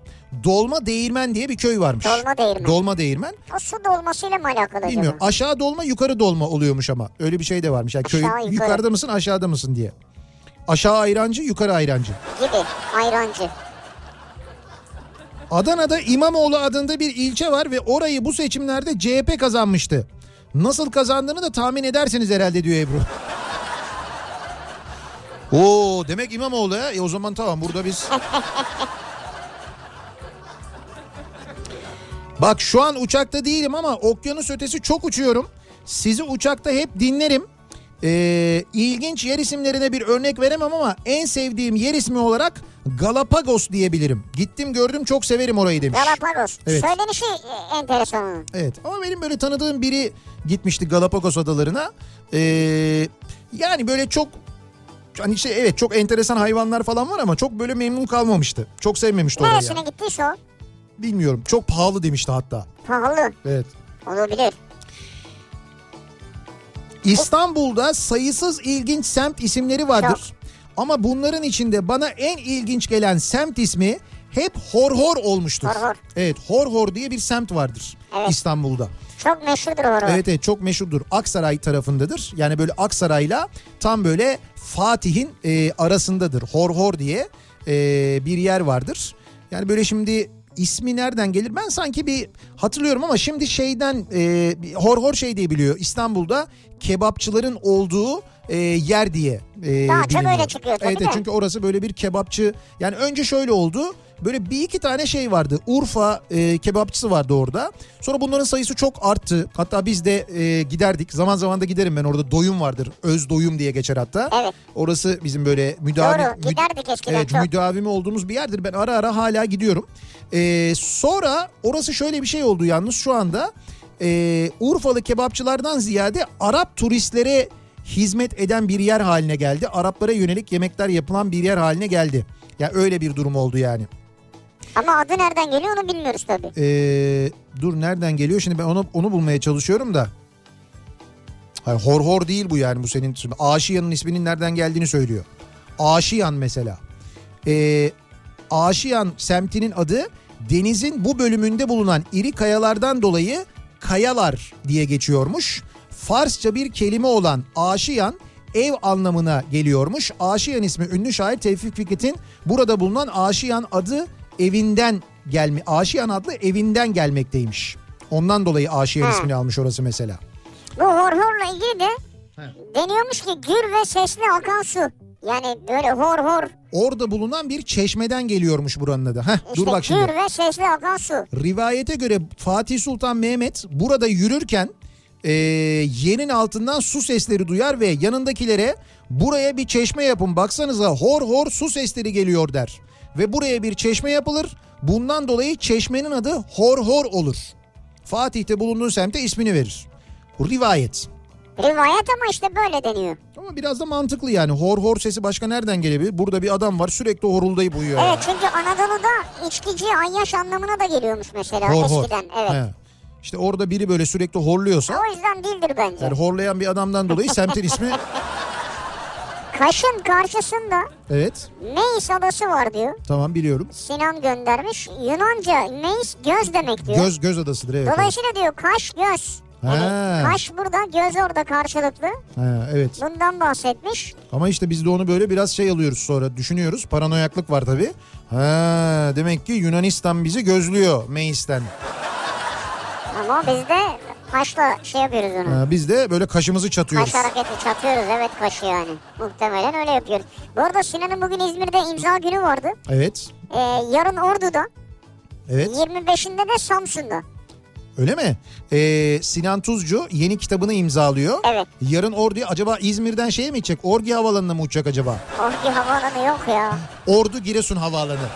Dolma değirmen diye bir köy varmış.
Dolma Değirmen.
Dolma değirmen.
O su dolmasıyla mı alakalı
Bilmiyorum.
acaba?
Aşağı dolma yukarı dolma oluyormuş ama. Öyle bir şey de varmış. Yani
Aşağı,
köyün
yukarı.
yukarıda mısın aşağıda mısın diye. Aşağı ayrancı yukarı ayrancı.
Gibi. Ayrancı.
Adana'da İmamoğlu adında bir ilçe var ve orayı bu seçimlerde CHP kazanmıştı. Nasıl kazandığını da tahmin edersiniz herhalde diyor Ebru. Oo demek İmamoğlu ya. E o zaman tamam burada biz... Bak şu an uçakta değilim ama okyanus ötesi çok uçuyorum. Sizi uçakta hep dinlerim. Ee, ilginç yer isimlerine bir örnek veremem ama en sevdiğim yer ismi olarak Galapagos diyebilirim. Gittim gördüm çok severim orayı demiş.
Galapagos.
Evet.
Söylenişi e, enteresan onun.
Evet ama benim böyle tanıdığım biri gitmişti Galapagos adalarına. Ee, yani böyle çok hani şey evet çok enteresan hayvanlar falan var ama çok böyle memnun kalmamıştı. Çok sevmemişti orayı.
Neresine
yani.
gittiyse o.
Bilmiyorum çok pahalı demişti hatta.
Pahalı.
Evet.
Olabilir.
İstanbul'da sayısız ilginç semt isimleri vardır. Ama bunların içinde bana en ilginç gelen semt ismi hep Horhor olmuştur.
Horhor.
Evet Horhor diye bir semt vardır
Evet.
İstanbul'da.
Çok meşhurdur orada.
Evet evet çok meşhurdur. Aksaray tarafındadır. Yani böyle Aksaray'la tam böyle Fatih'in e, arasındadır. Horhor diye e, bir yer vardır. Yani böyle şimdi ismi nereden gelir? Ben sanki bir hatırlıyorum ama şimdi şeyden e, bir Horhor şey diye biliyor. İstanbul'da kebapçıların olduğu e, yer diye e,
Daha çok
biliniyor.
öyle çıkıyor tabii
evet,
de.
evet, çünkü orası böyle bir kebapçı. Yani önce şöyle oldu. Böyle bir iki tane şey vardı. Urfa e, kebapçısı vardı orada. Sonra bunların sayısı çok arttı. Hatta biz de e, giderdik. Zaman zaman da giderim ben orada. Doyum vardır. Öz doyum diye geçer hatta.
Evet.
Orası bizim böyle müdavim.
Doğru,
müd-
giderdik eskiden
evet,
çok.
müdavimi olduğumuz bir yerdir. Ben ara ara hala gidiyorum. E, sonra orası şöyle bir şey oldu yalnız şu anda. E, Urfalı kebapçılardan ziyade Arap turistlere hizmet eden bir yer haline geldi. Araplara yönelik yemekler yapılan bir yer haline geldi. Ya öyle bir durum oldu yani.
Ama adı nereden geliyor onu bilmiyoruz tabii.
Ee, dur nereden geliyor şimdi ben onu onu bulmaya çalışıyorum da. Hayır, hor hor değil bu yani bu senin. Şimdi Aşiyan'ın isminin nereden geldiğini söylüyor. Aşiyan mesela. Ee, Aşiyan semtinin adı denizin bu bölümünde bulunan iri kayalardan dolayı kayalar diye geçiyormuş. Farsça bir kelime olan Aşiyan ev anlamına geliyormuş. Aşiyan ismi ünlü şair Tevfik Fikret'in burada bulunan Aşiyan adı evinden gelme Aşiyan adlı evinden gelmekteymiş. Ondan dolayı Aşiyan
Ha.
ismini almış orası mesela.
Bu horhorla ilgili de deniyormuş ki gür ve sesli akan su. Yani böyle hor hor
Orada bulunan bir çeşmeden geliyormuş buranın adı. Heh, dur
işte
bak şimdi.
gür ve sesli akan su.
Rivayete göre Fatih Sultan Mehmet burada yürürken e, yerin altından su sesleri duyar ve yanındakilere buraya bir çeşme yapın baksanıza hor hor su sesleri geliyor der. Ve buraya bir çeşme yapılır bundan dolayı çeşmenin adı hor hor olur. Fatih'te bulunduğu semte ismini verir. Rivayet.
Rivayet ama işte böyle deniyor.
Ama biraz da mantıklı yani hor hor sesi başka nereden gelebilir? Burada bir adam var sürekli horuldayıp uyuyor. yani.
Evet çünkü Anadolu'da içkici ayyaş anlamına da geliyormuş mesela
Hor hor.
eskiden. Evet.
He. İşte orada biri böyle sürekli horluyorsa
O yüzden değildir bence.
Yani horlayan bir adamdan dolayı semtin ismi
Kaş'ın karşısında
Evet
Meis adası var diyor.
tamam biliyorum.
Sinan göndermiş. Yunanca Meis göz demek diyor.
Göz göz adasıdır evet. evet.
Dolayısıyla diyor Kaş göz.
Ha.
Hani kaş burada göz orada karşılıklı.
Ha, evet.
Bundan bahsetmiş.
Ama işte biz de onu böyle biraz şey alıyoruz sonra düşünüyoruz. Paranoyaklık var tabii. Ha, demek ki Yunanistan bizi gözlüyor Meis'ten.
Ama biz de kaşla şey yapıyoruz onu.
Ha, biz de böyle kaşımızı çatıyoruz.
Kaş hareketi çatıyoruz evet kaşı yani. Muhtemelen öyle yapıyoruz. Bu arada Sinan'ın bugün İzmir'de imza günü vardı.
Evet.
Ee, yarın Ordu'da,
Evet.
25'inde de Samsun'da.
Öyle mi? Ee, Sinan Tuzcu yeni kitabını imzalıyor.
Evet.
Yarın Ordu'ya acaba İzmir'den şeye mi gidecek? Ordu Havaalanı'na mı uçacak acaba?
Ordu havaalanı yok ya.
Ordu Giresun Havaalanı.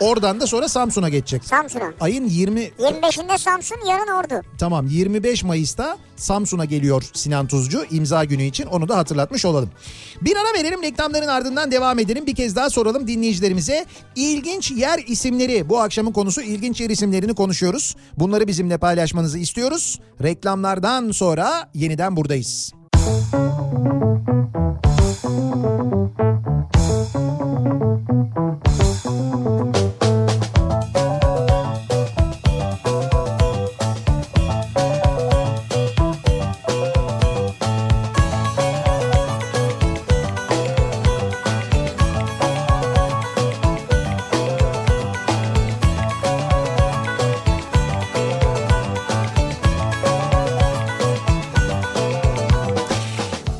Oradan da sonra Samsun'a geçecek.
Samsun'a.
Ayın 20
25'inde Samsun, yarın Ordu.
Tamam 25 Mayıs'ta Samsun'a geliyor Sinan Tuzcu imza günü için onu da hatırlatmış olalım. Bir ara verelim reklamların ardından devam edelim. Bir kez daha soralım dinleyicilerimize. İlginç yer isimleri bu akşamın konusu ilginç yer isimlerini konuşuyoruz. Bunları bizimle paylaşmanızı istiyoruz. Reklamlardan sonra yeniden buradayız.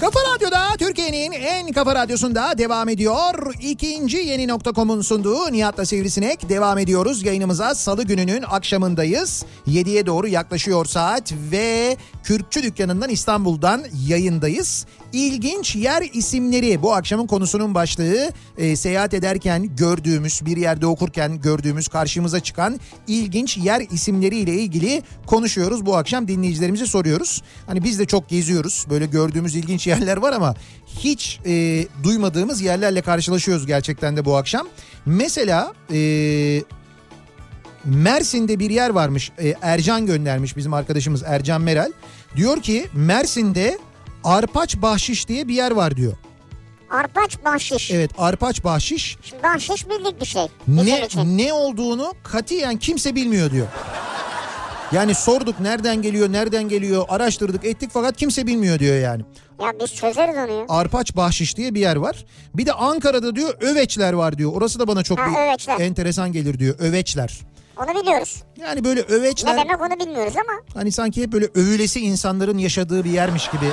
Kafa Radyo'da Türkiye'nin en kafa radyosunda devam ediyor. İkinci yeni nokta.com'un sunduğu Nihat'la Sivrisinek devam ediyoruz. Yayınımıza salı gününün akşamındayız. 7'ye doğru yaklaşıyor saat ve Kürkçü Dükkanı'ndan İstanbul'dan yayındayız. İlginç yer isimleri bu akşamın konusunun başlığı E, seyahat ederken gördüğümüz bir yerde okurken gördüğümüz karşımıza çıkan ilginç yer isimleriyle ilgili konuşuyoruz. Bu akşam dinleyicilerimize soruyoruz. Hani biz de çok geziyoruz böyle gördüğümüz ilginç yerler var ama hiç e, duymadığımız yerlerle karşılaşıyoruz gerçekten de bu akşam. Mesela e, Mersin'de bir yer varmış. E, Ercan göndermiş bizim arkadaşımız Ercan Meral. Diyor ki Mersin'de Arpaç Bahşiş diye bir yer var diyor.
Arpaç bahşiş.
Evet Arpaç Bahşiş
Şimdi bahşiş bildik bir şey. Bizim
ne
için.
ne olduğunu katiyen kimse bilmiyor diyor. Yani sorduk nereden geliyor nereden geliyor araştırdık ettik fakat kimse bilmiyor diyor yani.
Ya biz çözeriz onu ya.
Arpaç Bahşiş diye bir yer var. Bir de Ankara'da diyor Öveçler var diyor. Orası da bana çok
Ha,
bir
Öveçler.
enteresan gelir diyor. Öveçler.
Onu biliyoruz.
Yani böyle
Ne
Öveçler
demek onu bilmiyoruz ama.
hani sanki hep böyle övülesi insanların yaşadığı bir yermiş gibi.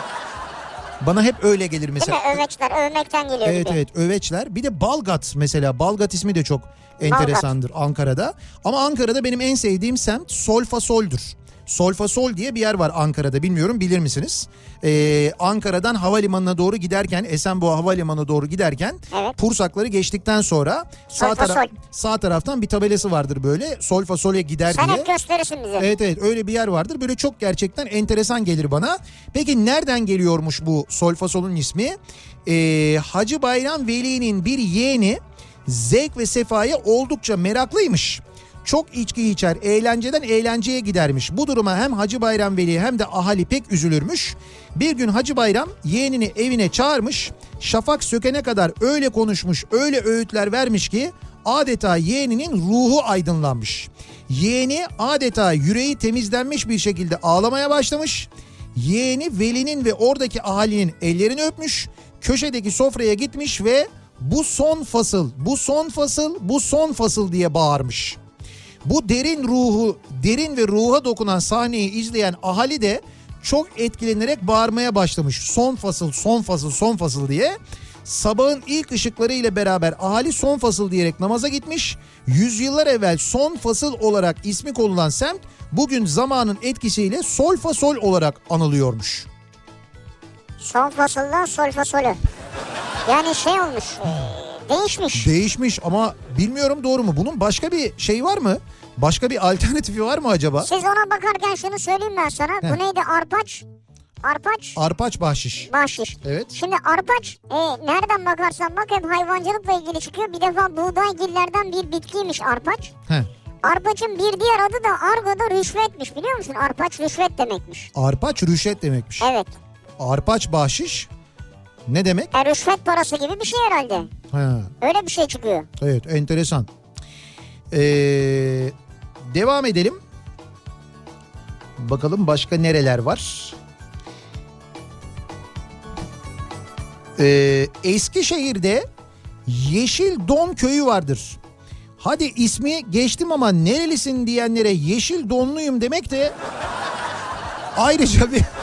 Bana hep öyle gelir
Değil
mesela.
mi? Övmekler, övmekten geliyor
Evet
gibi.
evet Öveçler. Bir de Balgat mesela. Balgat ismi de çok enteresandır Ankara'da. Ama Ankara'da benim en sevdiğim semt Solfasol'dur. Solfasol diye bir yer var Ankara'da bilmiyorum bilir misiniz? Ee, Ankara'dan havalimanına doğru giderken Esenboğa havalimanına doğru giderken
Evet.
Pursakları geçtikten sonra sağ, tara-
Solfasol.
sağ taraftan bir tabelası vardır böyle Solfasol'e gider
Sen
diye.
hep gösterirsin bize.
Evet evet öyle bir yer vardır. Böyle çok gerçekten enteresan gelir bana. Peki nereden geliyormuş bu solfasolun ismi? Ee, Hacı Bayram Veli'nin bir yeğeni zevk ve sefaya oldukça meraklıymış. Çok içki içer, eğlenceden eğlenceye gidermiş. Bu duruma hem Hacı Bayram Veli hem de ahali pek üzülürmüş. Bir gün Hacı Bayram yeğenini evine çağırmış. Şafak sökene kadar öyle konuşmuş, öyle öğütler vermiş ki adeta yeğeninin ruhu aydınlanmış. Yeğeni adeta yüreği temizlenmiş bir şekilde ağlamaya başlamış. Yeğeni velinin ve oradaki ahalinin ellerini öpmüş. Köşedeki sofraya gitmiş ve bu son fasıl, bu son fasıl, bu son fasıl diye bağırmış. Bu derin ruhu, derin ve ruha dokunan sahneyi izleyen ahali de çok etkilenerek bağırmaya başlamış. Son fasıl, son fasıl, son fasıl diye. Sabahın ilk ışıkları ile beraber ahali son fasıl diyerek namaza gitmiş. Yüzyıllar evvel son fasıl olarak ismi konulan semt bugün zamanın etkisiyle sol fasol olarak anılıyormuş.
Sol fasoldan sol fasolü. Yani şey olmuş. e, Değişmiş.
Değişmiş ama bilmiyorum doğru mu? Bunun başka bir şey var mı? Başka bir alternatifi var mı acaba?
Siz ona bakarken şunu söyleyeyim ben sana.
He.
Bu neydi? Arpaç. Arpaç.
Arpaç bahşiş.
Bahşiş.
Evet.
Şimdi arpaç e, nereden bakarsan bak hep hayvancılıkla ilgili çıkıyor. Bir defa buğdaygillerden bir bitkiymiş arpaç.
Heh.
Arpaçın bir diğer adı da argoda rüşvetmiş biliyor musun? Arpaç rüşvet demekmiş.
Arpaç rüşvet demekmiş.
Evet.
Arpaç bahşiş. Ne demek?
E, rüşvet parası gibi bir şey herhalde.
Ha,
Öyle bir şey çıkıyor.
evet enteresan. Ee, devam edelim. Bakalım başka nereler var? Ee, Eskişehir'de Yeşil Don Köyü vardır. Hadi ismi geçtim ama nerelisin diyenlere yeşil donluyum demek de ayrıca bir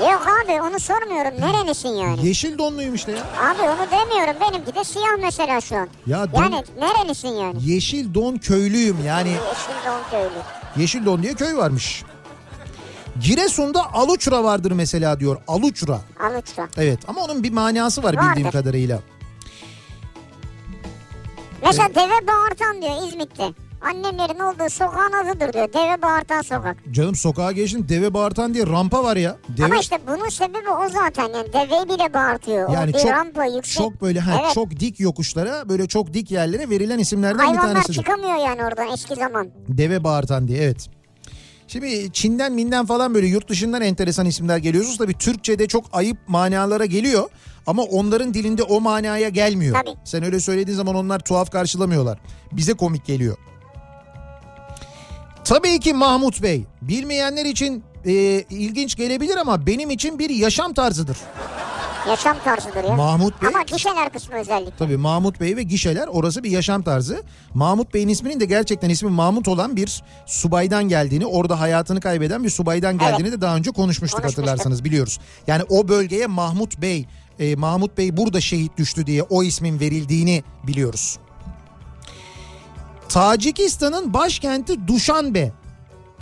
Yok abi onu sormuyorum. Nerelisin yani?
yeşil donluyum işte ya.
Abi onu demiyorum. Benimki de siyah mesela şu an.
Ya don-
Yani nerelisin yani?
Yeşil don köylüyüm yani.
Yeşil don köylü.
Yeşil don diye köy varmış. Giresun'da aluçra vardır mesela diyor. Aluçra.
Alıçra.
Evet ama onun bir manası var bildiğim
Vardır.
kadarıyla.
Mesela deve bağırtan diyor İzmit'te. Annemlerin olduğu sokağın adıdır diyor. Deve bağırtan sokak.
Canım sokağa geçtim deve bağırtan diye rampa var ya. Deve...
Ama işte bunun sebebi o zaten yani deveyi bile bağırtıyor.
yani
o bir
çok
rampa yüksek.
çok böyle ha
Evet.
çok dik yokuşlara böyle çok dik yerlere verilen isimlerden bir
Hayvanlar
tanesidir.
çıkamıyor yani oradan eski zaman.
Deve bağırtan diye evet. Şimdi Çin'den Min'den falan böyle yurt dışından enteresan isimler geliyorsunuz. Tabii Türkçe'de çok ayıp manalara geliyor. Ama onların dilinde o manaya gelmiyor.
Tabii.
Sen öyle söylediğin zaman onlar tuhaf karşılamıyorlar. Bize komik geliyor. Tabii ki Mahmut Bey. Bilmeyenler için e, ilginç gelebilir ama benim için bir yaşam tarzıdır.
Yaşam tarzıdır ya.
Mahmut Bey.
Ama gişeler kısmı özellikle.
Tabii Mahmut Bey ve gişeler orası bir yaşam tarzı. Mahmut Bey'in isminin de gerçekten ismi Mahmut olan bir subaydan geldiğini, orada hayatını kaybeden bir subaydan geldiğini de daha önce konuşmuştuk,
Konuşmuştuk.
hatırlarsanız biliyoruz. Yani o bölgeye Mahmut Bey, e, Mahmut Bey burada şehit düştü diye o ismin verildiğini biliyoruz. Tacikistan'ın başkenti Duşanbe.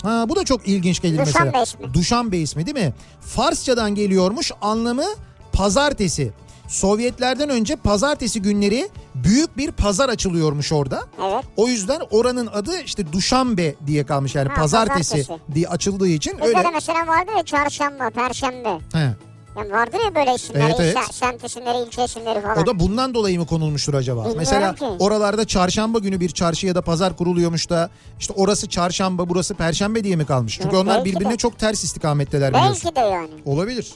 Ha, bu da çok ilginç kelime
Duşanbe
mesela.
ismi.
Duşanbe ismi değil mi? Farsçadan geliyormuş anlamı pazartesi. Sovyetlerden önce pazartesi günleri büyük bir pazar açılıyormuş orada.
Evet.
O yüzden oranın adı işte Duşanbe diye kalmış yani
Ha,
pazartesi,
pazartesi.
diye açıldığı için
Bizde de
öyle.
mesela vardı ya çarşamba, perşembe.
He.
Yani vardır ya böyle isimler,
Evet, evet.
ilçe- semt isimleri, ilçe isimleri falan.
O da bundan dolayı mı konulmuştur acaba?
Bilmiyorum
Mesela
ki.
oralarda çarşamba günü bir çarşı ya da pazar kuruluyormuş da işte orası çarşamba burası perşembe diye mi kalmış? Çünkü
Evet,
onlar
belki de.
birbirine çok ters istikametteler biliyorsun.
Belki de yani.
Olabilir.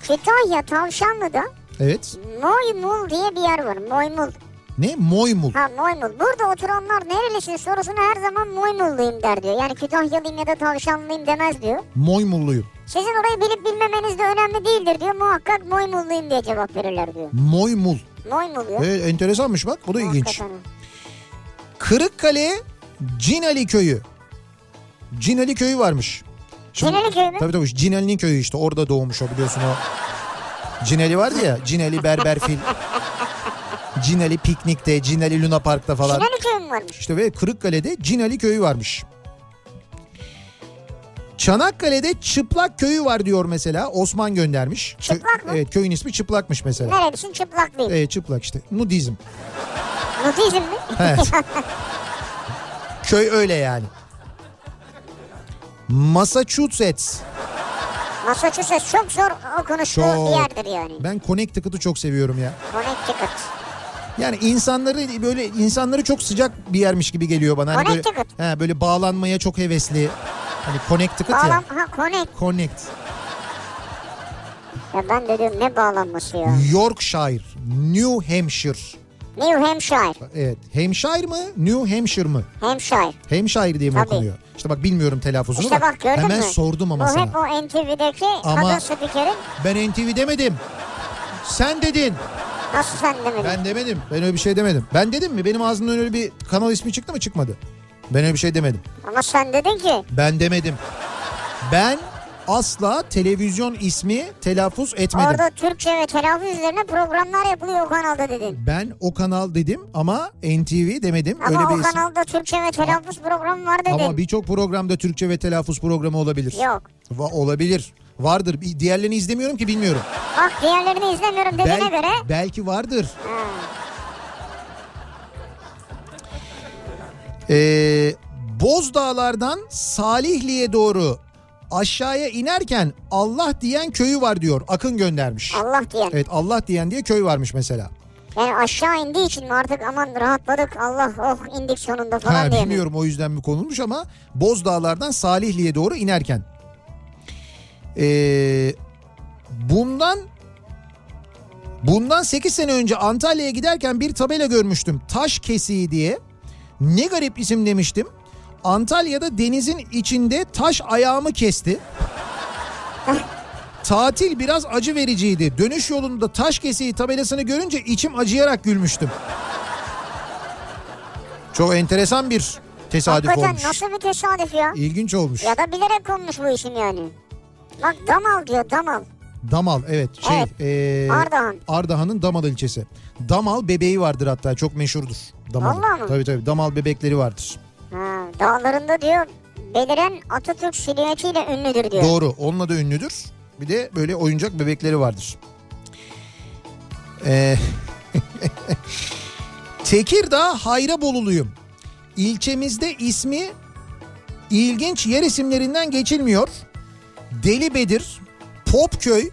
Kütahya Tavşanlı'da
Evet.
Moymul diye bir yer var. Moymul.
Ne? Moymul.
Ha Moymul. Burada oturanlar nerelisin sorusuna her zaman Moymulluyum der diyor. Yani Kütahyalıyım ya da Tavşanlıyım demez diyor.
Moymulluyum.
Sizin orayı bilip bilmemeniz de önemli değildir diyor. Muhakkak Moymulluyum diye cevap verirler diyor.
Moymul.
Moymul diyor.
Evet, enteresanmış bak. Bu da ilginç.
Hakikaten.
Kırıkkale Cinali köyü. Cinali köyü varmış.
Cinali köyü mü?
Tabii tabii. Cinali'nin köyü işte. Orada doğmuş o biliyorsun o. Cinali vardı ya. Cinali Berberfil. Cinali piknikte, Cinali Luna Park'ta falan.
Şinali köyü mü varmış?
İşte ve Kırıkkale'de Cinali köyü varmış. Çanakkale'de Çıplak köyü var diyor mesela. Osman göndermiş. Kö-
Çıplak mı?
Evet köyün ismi Çıplakmış mesela.
Nerelisin çıplaklıyım.
E, çıplak işte. Nudizm.
Nudizm mi?
Evet. Köy öyle yani. Massachusetts.
Massachusetts çok zor okunuşlu
Çok.
bir yerdir yani.
Ben Connecticut'u çok seviyorum ya.
Connecticut.
Yani insanları böyle insanları çok sıcak bir yermiş gibi geliyor bana. Hani böyle,
Connecticut.
he, böyle bağlanmaya çok hevesli. Hani Connecticut ya.
Bağlam ha connect.
Connect.
Ya ben de diyorum ne bağlanması ya.
Yorkshire. New Hampshire.
New Hampshire.
Evet. Hampshire mı? New Hampshire mı?
Hampshire.
Hampshire diye mi
Tabii.
okunuyor? İşte bak bilmiyorum telaffuzunu
İşte
da.
bak gördün mü?
Hemen sordum ama
Bu
sana.
hep o NTV'deki
Ama-
kadın spikerin
Ben NTV demedim. Sen dedin.
nasıl sen demedin?
Ben demedim. Ben öyle bir şey demedim. Ben dedim mi? Benim ağzımdan öyle bir kanal ismi çıktı mı çıkmadı. Ben öyle bir şey demedim.
Ama sen dedin ki
Ben demedim. Ben asla televizyon ismi telaffuz etmedim.
orada Türkçe ve telaffuz üzerine programlar yapılıyor o kanalda dedin.
Ben o kanal dedim ama NTV demedim.
Ama
öyle
o
bir isim.
kanalda Türkçe ve telaffuz programı var dedin.
Ama birçok programda Türkçe ve telaffuz programı olabilir.
Yok.
Va- olabilir. Vardır. Bir- Diğerlerini izlemiyorum ki bilmiyorum.
Bak diğerlerini izlemiyorum dediğine
Bel-
göre. Hmm.
Belki vardır. Ee, Bozdağlar'dan Salihli'ye doğru aşağıya inerken Allah diyen köyü var diyor. Akın göndermiş.
Allah diyen.
Evet Allah diyen diye köy varmış mesela.
Yani aşağı indiği için mi artık aman rahatladık Allah oh indik sonunda falan
Ha,
diye mi?
bilmiyorum o yüzden mi konulmuş ama Bozdağlar'dan Salihli'ye doğru inerken. Ee, bundan Bundan 8 sene önce Antalya'ya giderken bir tabela görmüştüm. Taş kesiği diye. Ne garip isim demiştim. Antalya'da denizin içinde taş ayağımı kesti. Tatil biraz acı vericiydi. Dönüş yolunda taş kesiği tabelasını görünce içim acıyarak gülmüştüm. Çok enteresan bir tesadüf
Hakikaten
olmuş.
nasıl bir tesadüf ya?
İlginç olmuş.
Ya da bilerek konmuş bu işin yani. Bak damal diyor damal.
Damal evet şey
Evet.
eee,
Ardahan.
Ardahan'ın Damal ilçesi. Damal bebeği vardır hatta çok meşhurdur. Damal.
Vallahi mi?
Tabii tabii Damal bebekleri vardır.
Ha, dağlarında diyor beliren Atatürk silüetiyle ünlüdür diyor.
Doğru onunla da ünlüdür. Bir de böyle oyuncak bebekleri vardır. Ee, Tekirdağ Hayraboluluyum. İlçemizde ismi ilginç yer isimlerinden geçilmiyor. Deli Bedir, Popköy,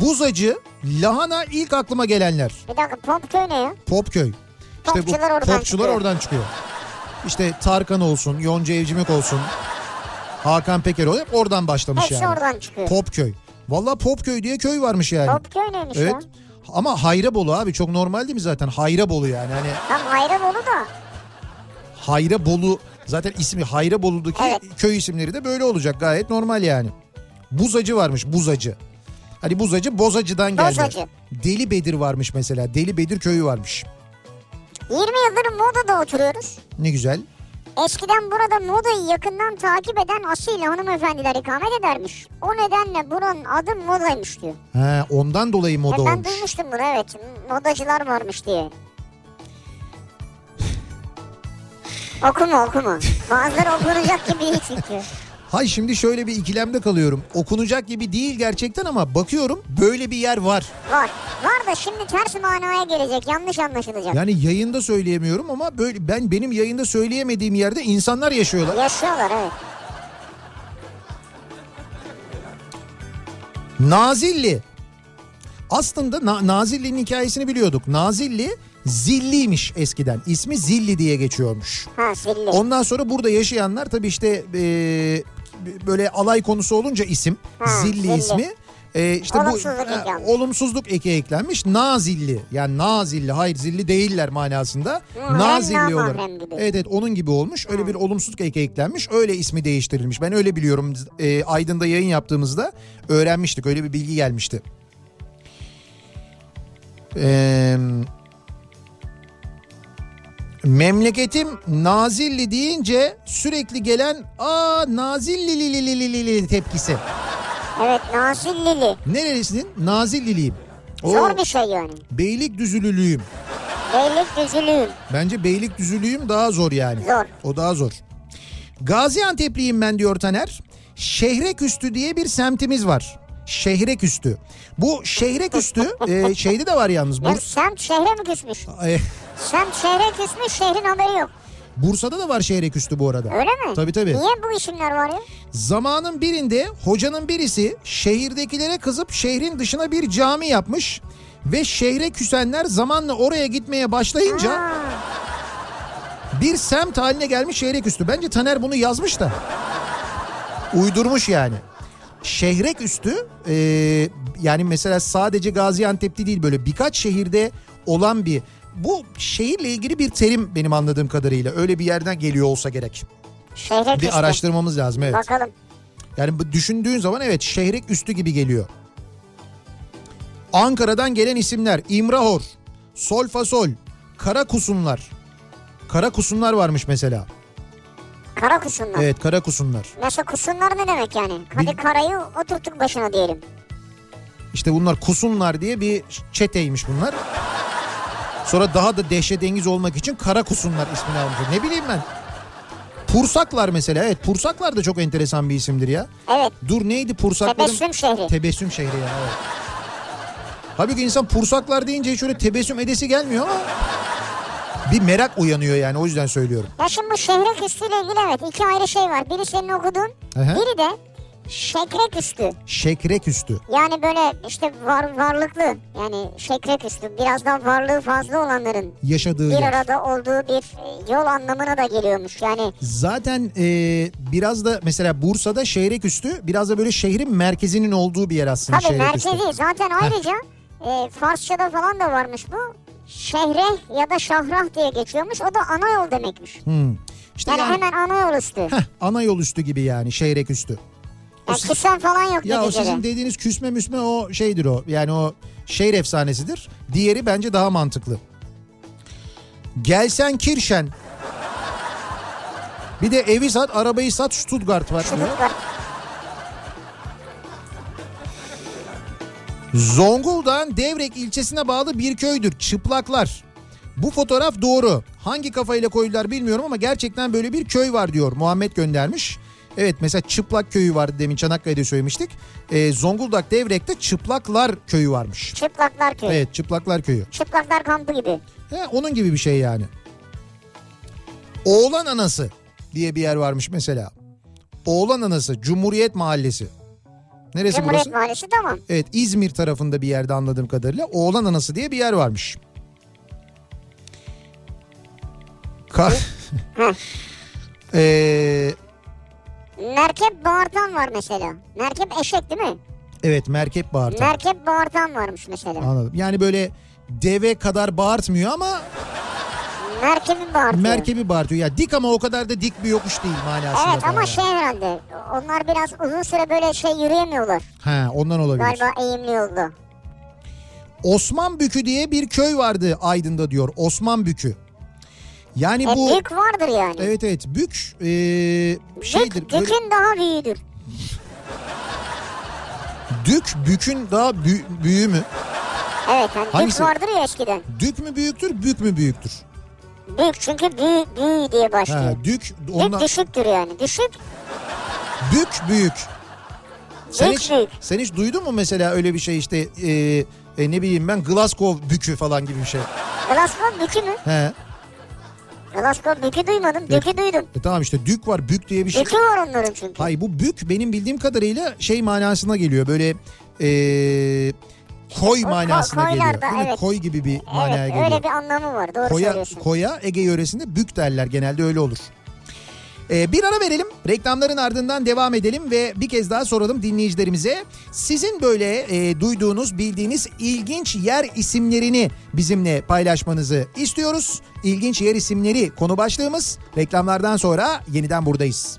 Buzacı, Lahana ilk aklıma gelenler.
Bir dakika Popköy ne ya?
Popköy. İşte bu
Popçular oradan
popçular
çıkıyor.
oradan çıkıyor. İşte Tarkan olsun, Yonca Evcimik olsun, Hakan Peker olsun hep oradan başlamış
Hepsi
yani.
oradan çıkıyor.
Popköy. Valla Popköy diye köy varmış yani.
Popköy neymiş
evet.
ya?
Ama Hayrabolu abi çok normal değil mi zaten? Hayrabolu yani hani
Tam Hayrabolu da.
Hayrabolu zaten ismi Hayrabolu'daki
Evet.
köy isimleri de böyle olacak gayet normal yani. Buzacı varmış Buzacı. Hani Buzacı Bozacı'dan geldi.
Bozacı.
Deli Bedir varmış mesela. Deli Bedir köyü varmış.
20 yıldır Moda'da oturuyoruz.
Ne güzel.
Eskiden burada modayı yakından takip eden asil hanımefendiler ikamet edermiş. O nedenle buranın adı modaymış diyor.
He, ondan dolayı moda
Ya ben
olmuş.
duymuştum bunu evet. Modacılar varmış diye. okuma okuma. Bazıları okunacak gibi değil çünkü.
Hay şimdi şöyle bir ikilemde kalıyorum. Okunacak gibi değil gerçekten ama bakıyorum böyle bir yer var.
Var. Var da şimdi ters manaya gelecek. Yanlış anlaşılacak.
Yani yayında söyleyemiyorum ama böyle ben benim yayında söyleyemediğim yerde insanlar yaşıyorlar.
Yaşıyorlar evet.
Nazilli. Aslında Na- Nazilli'nin hikayesini biliyorduk. Nazilli zilliymiş eskiden. İsmi Zilli diye geçiyormuş.
Ha zilli.
Ondan sonra burada yaşayanlar tabii işte e, böyle alay konusu olunca isim
Ha,
zilli,
zilli.
ismi e, işte
Olumsuzluk
bu
eklenmiş.
olumsuzluk eki eklenmiş nazilli yani nazilli hayır zilli değiller manasında
Hı, hem
nazilli
nama
olarak
hem gibi.
evet evet onun gibi olmuş öyle bir olumsuzluk eki eklenmiş öyle ismi değiştirilmiş ben öyle biliyorum e, Aydın'da yayın yaptığımızda öğrenmiştik öyle bir bilgi gelmişti. Eee Memleketim Nazilli deyince sürekli gelen aa Nazilli li li li li li li" tepkisi.
Evet nazillili.
Nerelisinin? Nazilliliyim. O
Zor bir şey yani.
Beylikdüzülülüyüm.
Beylik düzülüğün.
Bence Beylikdüzülüyüm daha zor yani.
Zor.
O daha zor. Gaziantep'liyim ben diyor Taner. Şehreküstü diye bir semtimiz var. Şehreküstü. Bu Şehreküstü e, şeyde de var yalnız.
Ya
Burs,
semt şehre mi küsmüş?
e,
Semt şehre küsmüş şehrin haberi yok.
Bursa'da da var Şehreküstü bu arada.
Öyle mi?
Tabii tabii.
Niye bu isimler var ya?
Zamanın birinde hocanın birisi şehirdekilere kızıp şehrin dışına bir cami yapmış ve şehre küsenler zamanla oraya gitmeye başlayınca
Aa,
bir semt haline gelmiş şehre küstü. Bence Taner bunu yazmış da uydurmuş yani. Şehrek üstü e, yani mesela sadece Gaziantep'te değil böyle birkaç şehirde olan bir bu şehirle ilgili bir terim benim anladığım kadarıyla öyle bir yerden geliyor olsa gerek.
şehre küsmüş.
Bir araştırmamız lazım evet.
Bakalım.
Yani bu düşündüğün zaman evet şehrek üstü gibi geliyor. Ankara'dan gelen isimler İmrahor, Solfasol, Karakusunlar. Karakusunlar varmış mesela.
Kara kusunlar.
Evet Karakusunlar.
Mesela kusunlar ne demek yani? Hadi
Bil-
karayı oturttuk başına diyelim.
İşte bunlar Kusunlar diye bir çeteymiş bunlar. Sonra daha da dehşetengiz olmak için Karakusunlar ismini almışlar. Ne bileyim ben. Pursaklar mesela evet Pursaklar da çok enteresan bir isimdir ya.
Evet.
Dur neydi Pursakların?
Tebessüm şehri.
Tebessüm şehri ya. Evet. Halbuki insan pursaklar deyince hiç öyle tebessüm edesi gelmiyor ama bir merak uyanıyor yani o yüzden söylüyorum.
ya şimdi bu şehre küstüyle ilgili evet iki ayrı şey var. Biri senin okuduğun,
Aha.
biri de şekre küstü.
Şekrek üstü.
Yani böyle işte var, varlıklı yani şekre küstü. Biraz daha varlığı fazla olanların
Yaşadığı
bir
yer.
arada olduğu bir e, yol anlamına da geliyormuş. Yani
Zaten e, biraz da mesela Bursa'da şehrek üstü biraz da böyle şehrin merkezinin olduğu bir yer aslında
tabii
şehrek üstü.
merkezi zaten ayrıca e, Farsça'da falan da varmış bu. Şehreh ya da şahrah diye geçiyormuş. O da ana yol demekmiş.
Hmm. İşte
Yani,
yani,
hemen ana yol üstü. Ya
heh, ana yol üstü gibi yani şehrek üstü. sizin-
kısa falan yok
Ya o
neticede.
sizin dediğiniz küsme müsme o şeydir o. Yani o şehir efsanesidir. Diğeri bence daha mantıklı. Gelsen Kirşen. Bir de evi sat, arabayı sat Stuttgart var.
Çocuklar.
Zonguldak'ın Devrek ilçesine bağlı bir köydür. Çıplaklar. Bu fotoğraf doğru. Hangi kafayla koydular bilmiyorum ama gerçekten böyle bir köy var diyor. Muhammed göndermiş. Evet mesela Çıplak Köyü vardı demin Çanakkale'de söylemiştik. Ee, Zonguldak Devrek'te Çıplaklar Köyü varmış.
Çıplaklar köyü.
Evet Çıplaklar Köyü.
Çıplaklar kampı gibi.
He, onun gibi bir şey yani. Oğlan Anası diye bir yer varmış mesela. Oğlan Anası Cumhuriyet Mahallesi. Neresi
Cumhuriyet
burası?
Mahallesi tamam.
Evet İzmir tarafında bir yerde anladığım kadarıyla Oğlan Anası diye bir yer varmış. Ka- Ee,
Merkep bağırtan var mesela. Merkep eşek değil mi?
evet merkep bağırtan.
Merkep bağırtan varmış mesela.
Anladım. Yani böyle deve kadar bağırtmıyor ama
Merkebi bağırtıyor.
merkebi bağırtıyor. Ya dik ama o kadar da dik bir yokuş değil manasında.
Evet ama
falan.
şey herhalde onlar biraz uzun süre böyle şey yürüyemiyorlar.
Ha, ondan olabilir.
Galiba eğimli yolda.
Osman Bükü diye bir köy vardı Aydın'da diyor. Osman Bükü. Yani
E,
bu
büyük vardır yani.
evet evet bük ee, şeydir.
Dük,
böyle-
dükün daha büyüğüdür.
Dük bükün daha bü- büyüğü mü?
Evet hani
Hangisi?
dük vardır ya eskiden.
Dük mü büyüktür, bük mü büyüktür?
Büyük çünkü büyü, büyü diye başlıyor.
Ha, dük
Dük
ondan
düşüktür yani. Düşük,
bük büyük. Sen
dük
hiç,
büyük.
sen hiç duydun mu mesela öyle bir şey işte e, e, ne bileyim ben Glasgow bükü falan gibi bir şey.
Glasgow bükü mü?
He.
Glasgow bükü duymadım. Dükü duydum.
E tamam işte dük var, bük diye bir şey.
Dükü var onların çünkü.
Hayır bu bük benim bildiğim kadarıyla şey manasına geliyor. Böyle e, koy
O ko-
manasına
koylarda,
geliyor. Değil mi?
evet.
Koy gibi bir manaya
evet
geliyor.
öyle bir anlamı var. Doğru
Koya,
söylüyorsun.
koya Ege yöresinde bük derler genelde öyle olur. Ee, bir ara verelim. Reklamların ardından devam edelim ve bir kez daha soralım dinleyicilerimize. Sizin böyle e, duyduğunuz, bildiğiniz ilginç yer isimlerini bizimle paylaşmanızı istiyoruz. İlginç yer isimleri konu başlığımız. Reklamlardan sonra yeniden buradayız.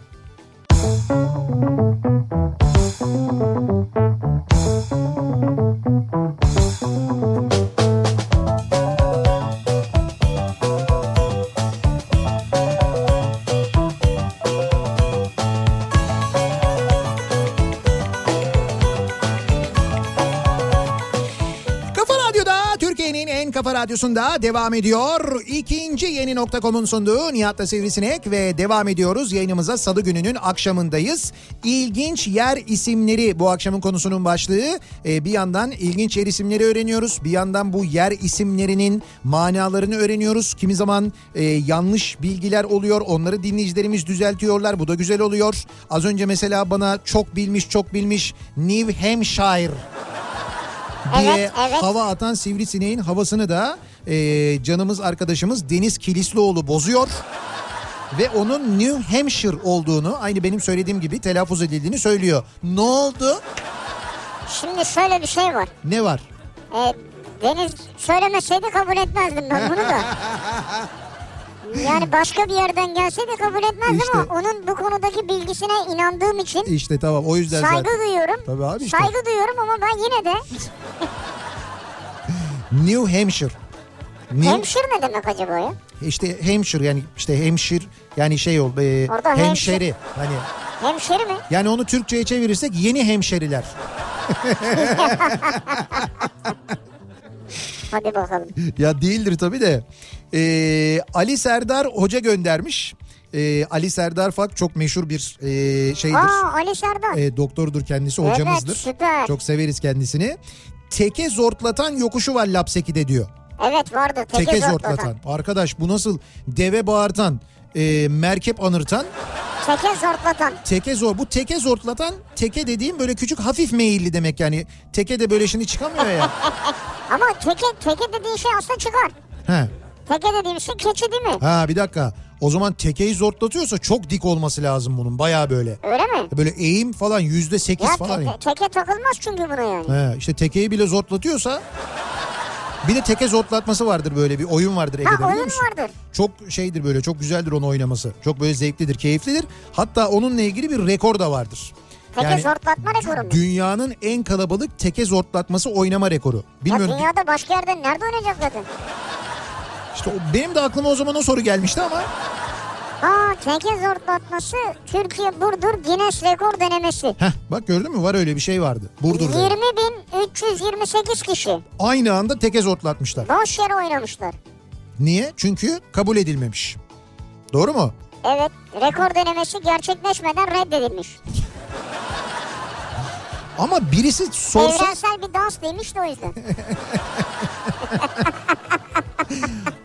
Kafa Radyo'da Türkiye'nin en kafa radyosunda devam ediyor. İkinci yeni nokta.com'un sunduğu Nihat'la Sivrisinek ve devam ediyoruz. Yayınımıza salı gününün akşamındayız. İlginç yer isimleri bu akşamın konusunun başlığı. Ee, bir yandan ilginç yer isimleri öğreniyoruz. Bir yandan bu yer isimlerinin manalarını öğreniyoruz. Kimi zaman e, yanlış bilgiler oluyor. Onları dinleyicilerimiz düzeltiyorlar. Bu da güzel oluyor. Az önce mesela bana çok bilmiş çok bilmiş New Hampshire diye
Evet, evet.
hava atan sivrisineğin havasını da e, canımız arkadaşımız Deniz Kilislioğlu bozuyor. Ve onun New Hampshire olduğunu aynı benim söylediğim gibi telaffuz edildiğini söylüyor. Ne oldu?
Şimdi şöyle bir şey var.
Ne var?
E, Deniz söylemeseydi kabul etmezdim ben bunu da. Yani başka bir yerden gelseydi kabul etmezdim
İşte.
ama onun bu konudaki bilgisine inandığım için
İşte tamam o yüzden
saygı
zaten.
duyuyorum.
Tabii abi işte.
Saygı duyuyorum ama ben yine de
New Hampshire. New,
hemşir ne demek acaba ya?
işte Hampshire yani işte Hampshire yani şey ol e,
Orada Hampshire.
hemşeri hani
Hemşeri mi?
yani onu Türkçe'ye çevirirsek yeni hemşeriler.
Hadi bakalım.
ya değildir tabii de. Ee, Ali Serdar Hoca göndermiş. Ee, Ali Serdar Fak çok meşhur bir e, şeydir.
Aa Ali Serdar.
E, doktordur kendisi,
Evet,
hocamızdır.
süper.
Çok severiz kendisini. Teke zortlatan yokuşu var Lapseki'de diyor.
Evet vardı. Teke,
Teke
zortlatan.
zortlatan. Arkadaş bu nasıl deve bağırtan, e, merkep anırtan,
Teke zortlatan.
teke zor. Bu teke zortlatan, teke dediğim böyle küçük hafif meyilli demek yani. Teke de böyle şimdi çıkamıyor ya.
Ama teke, teke dediğin şey aslında çıkar.
He.
Teke dediğim şey keçi değil mi?
Ha bir dakika. O zaman tekeyi zortlatıyorsa çok dik olması lazım bunun. Baya böyle.
Öyle mi?
Böyle eğim falan yüzde sekiz
Ya
falan.
teke, teke takılmaz çünkü buna yani.
He, işte tekeyi bile zortlatıyorsa Bir de teke zotlatması vardır böyle bir oyun vardır Ege'de
Ha
biliyor
oyun
musun?
vardır.
Çok şeydir böyle çok güzeldir onu oynaması. Çok böyle zevklidir, keyiflidir. Hatta onunla ilgili bir rekor da vardır.
Teke zortlatma rekoru mu?
Dünyanın en kalabalık teke zortlatması oynama rekoru. Bilmiyorum
Ya dünyada başka yerden nerede oynayacak zaten?
işte o- benim de aklıma o zaman o soru gelmişti ama
Aa teke zortlatması Türkiye Burdur Guinness Rekor Denemesi.
heh, bak gördün mü var öyle bir şey vardı. Burdur'da.
20.328 kişi
Aynı anda teke zortlatmışlar.
boş yere oynamışlar.
Niye? Çünkü kabul edilmemiş. Doğru mu?
Evet rekor denemesi gerçekleşmeden reddedilmiş.
Ama birisi sorsa
Evrensel bir dans demiş de o yüzden.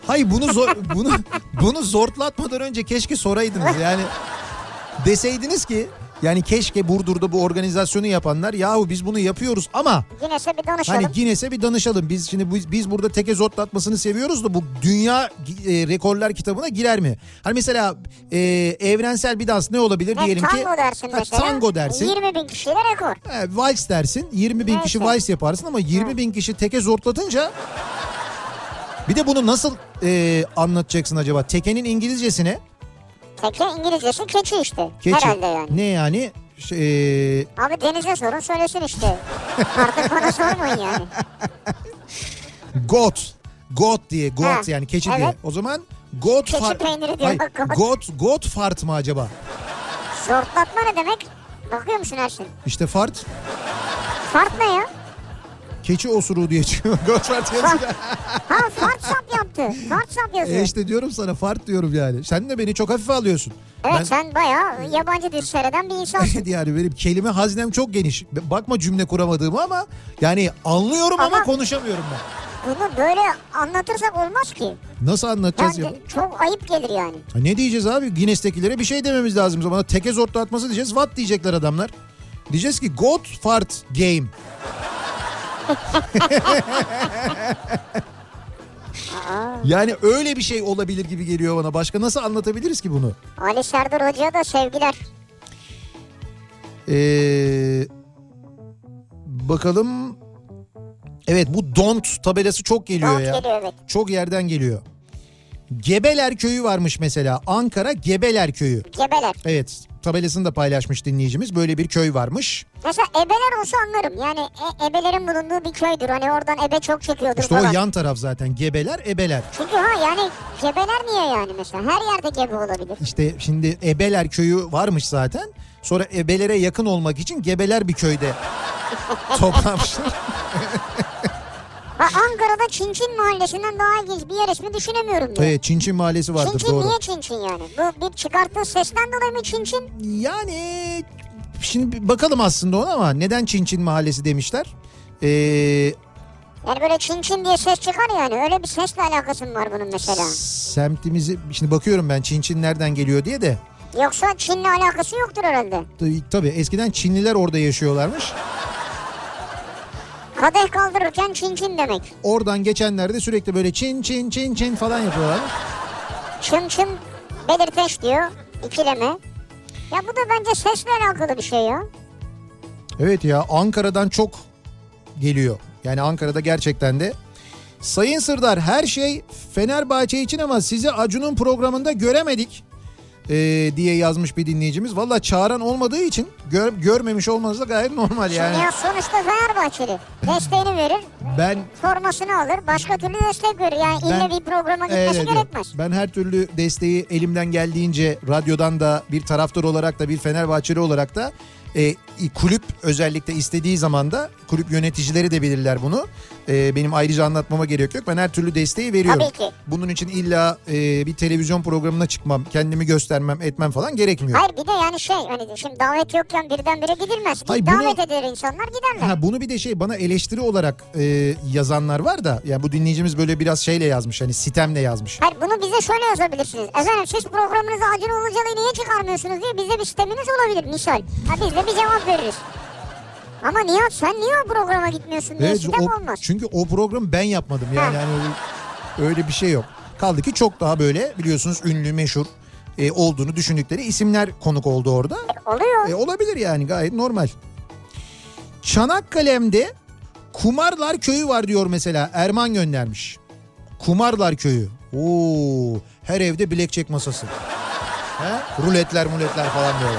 Hay bunu zor, bunu bunu zortlatmadan önce keşke soraydınız yani deseydiniz ki yani keşke Burdur'da bu organizasyonu yapanlar yahu biz bunu yapıyoruz ama
Guinness'e bir
hani
danışalım.
Guinness'e bir danışalım. Biz şimdi biz, biz burada teke zortlatmasını seviyoruz da bu dünya e, rekorlar kitabına girer mi? Hani mesela e, evrensel bir dans ne olabilir
Evet,
diyelim ki?
tango dersin
Ha,
mesela.
Tango dersin.
20 bin kişiyle rekor.
Ha, vals dersin 20 bin kişi
Evet.
vals yaparsın ama 20 bin kişi teke zortlatınca bir de bunu nasıl e, anlatacaksın acaba? Tekenin İngilizcesine
Teke İngilizcesi keçi işte.
keçi.
Herhalde yani.
Ne yani? Şey, e,
Abi Deniz'e sorun söylesin işte. Artık bana sormayın yani.
goat. Goat diye goat
Ha,
yani keçi
evet.
diye. O zaman goat
Keçi
fart.
peyniri diyor,
Hayır,
goat.
goat goat fart mı acaba?
Zortlatma ne demek? Bakıyor musun her şey?
İşte fart.
Fart ne ya?
Keçi osuruğu diye çıkıyor. Goat fart yazıyor.
Ha fart sap yaptı. Fart sap yazıyor.
e işte diyorum sana fart diyorum yani. Sen de beni çok hafife alıyorsun.
evet
Ben-
sen bayağı yabancı dil seyreden bir insansın.
yani benim kelime hazinem çok geniş. Bakma cümle kuramadığımı ama yani anlıyorum ama,
Ama-
konuşamıyorum ben.
Bunu böyle anlatırsak olmaz ki.
Nasıl anlatacağız ya?
Yani çok ayıp gelir yani.
Ha Ne diyeceğiz abi? Guinness'tekilere bir şey dememiz lazım. Bana teke zortlatması diyeceğiz. What diyecekler adamlar. Diyeceğiz ki God fart game. yani öyle bir şey olabilir gibi geliyor bana. Başka nasıl anlatabiliriz ki bunu?
Ali Serdar Hoca'ya da sevgiler.
Ee, bakalım. Evet bu don't tabelası çok geliyor
Don't
ya.
geliyor evet.
Çok yerden geliyor. Gebeler Köyü varmış mesela. Ankara Gebeler Köyü.
Gebeler.
Evet tabelasını da paylaşmış dinleyicimiz. Böyle bir köy varmış.
Mesela ebeler olsa anlarım. Yani e- ebelerin bulunduğu bir köydür. Hani oradan ebe çok çekiyordur
İşte
falan.
o yan taraf zaten. Gebeler, ebeler.
Çünkü ha yani gebeler niye yani mesela? Her yerde gebe olabilir.
İşte şimdi Ebeler Köyü varmış zaten. Sonra ebelere yakın olmak için gebeler bir köyde toplanmışlar.
Ha, Ankara'da Çinçin Mahallesi'nden daha ilginç bir yer ismi düşünemiyorum ya.
Evet, Çinçin Mahallesi vardır
Çinçin
doğru.
niye Çinçin yani? Bu bir çıkarttığı sesten dolayı mı Çinçin?
Yani şimdi bir bakalım aslında ona ama neden Çinçin Mahallesi demişler? Ee,
Yani böyle Çinçin diye ses çıkar yani. Öyle bir sesle alakası mı var bunun mesela?
semtimizi şimdi bakıyorum ben Çinçin nereden geliyor diye de
Yoksa Çin'le alakası yoktur herhalde.
Tabii- tabii eskiden Çinliler orada yaşıyorlarmış.
Kadeh kaldırırken Çinçin demek.
Oradan geçenlerde sürekli böyle Çin Çin Çin Çin falan yapıyorlar.
Çın çın belirteç diyor. İkileme. Ya bu da bence sesle alakalı bir şey ya.
Evet ya Ankara'dan çok geliyor. Yani Ankara'da gerçekten de. Sayın Sırdar her şey Fenerbahçe için ama sizi Acun'un programında göremedik ee, diye yazmış bir dinleyicimiz. Valla çağıran olmadığı için gör- görmemiş olmanız da gayet normal yani.
Ya sonuçta Fenerbahçeli. Desteğini verir,
Ben
formasını alır, başka türlü destek verir. Yani
Ben-
illa bir programa gitmesi
Öyle diyor.
gerekmez.
Ben her türlü desteği elimden geldiğince radyodan da bir taraftar olarak da bir Fenerbahçeli olarak da e, kulüp özellikle istediği zaman da kulüp yöneticileri de belirler bunu. E, benim ayrıca anlatmama gerek yok. Ben her türlü desteği veriyorum.
Tabii ki.
Bunun için illa e, bir televizyon programına çıkmam, kendimi göstermem, etmem falan gerekmiyor.
Hayır bir de yani şey hani şimdi davet yokken birdenbire gidilmez. Bir
Hayır, bunu-
davet eder insanlar giderler.
Ha, bunu bir de şey bana eleştiri olarak e, yazanlar var da yani bu dinleyicimiz böyle biraz şeyle yazmış hani sitemle yazmış.
Hayır bunu bize şöyle yazabilirsiniz. Efendim siz programınızı Acun Ilıcalı'yı niye çıkarmıyorsunuz diye bizde bir sisteminiz olabilir misal. Ha biz de bir cevap veririz. Ama Nihat sen niye o programa gitmiyorsun diye
Evet,
sitem
o-
olmaz.
Çünkü o programı ben yapmadım. Yani,
Ha.
yani öyle, öyle bir şey yok. Kaldı ki çok daha böyle biliyorsunuz ünlü meşhur e, olduğunu düşündükleri isimler konuk oldu orada.
Şey, Oluyor.
E, olabilir yani gayet normal. Çanakkale'mde Kumarlar köyü var diyor mesela Erman göndermiş. Kumarlar köyü. Oo, her evde bilekçek masası. He? Ruletler muletler falan böyle.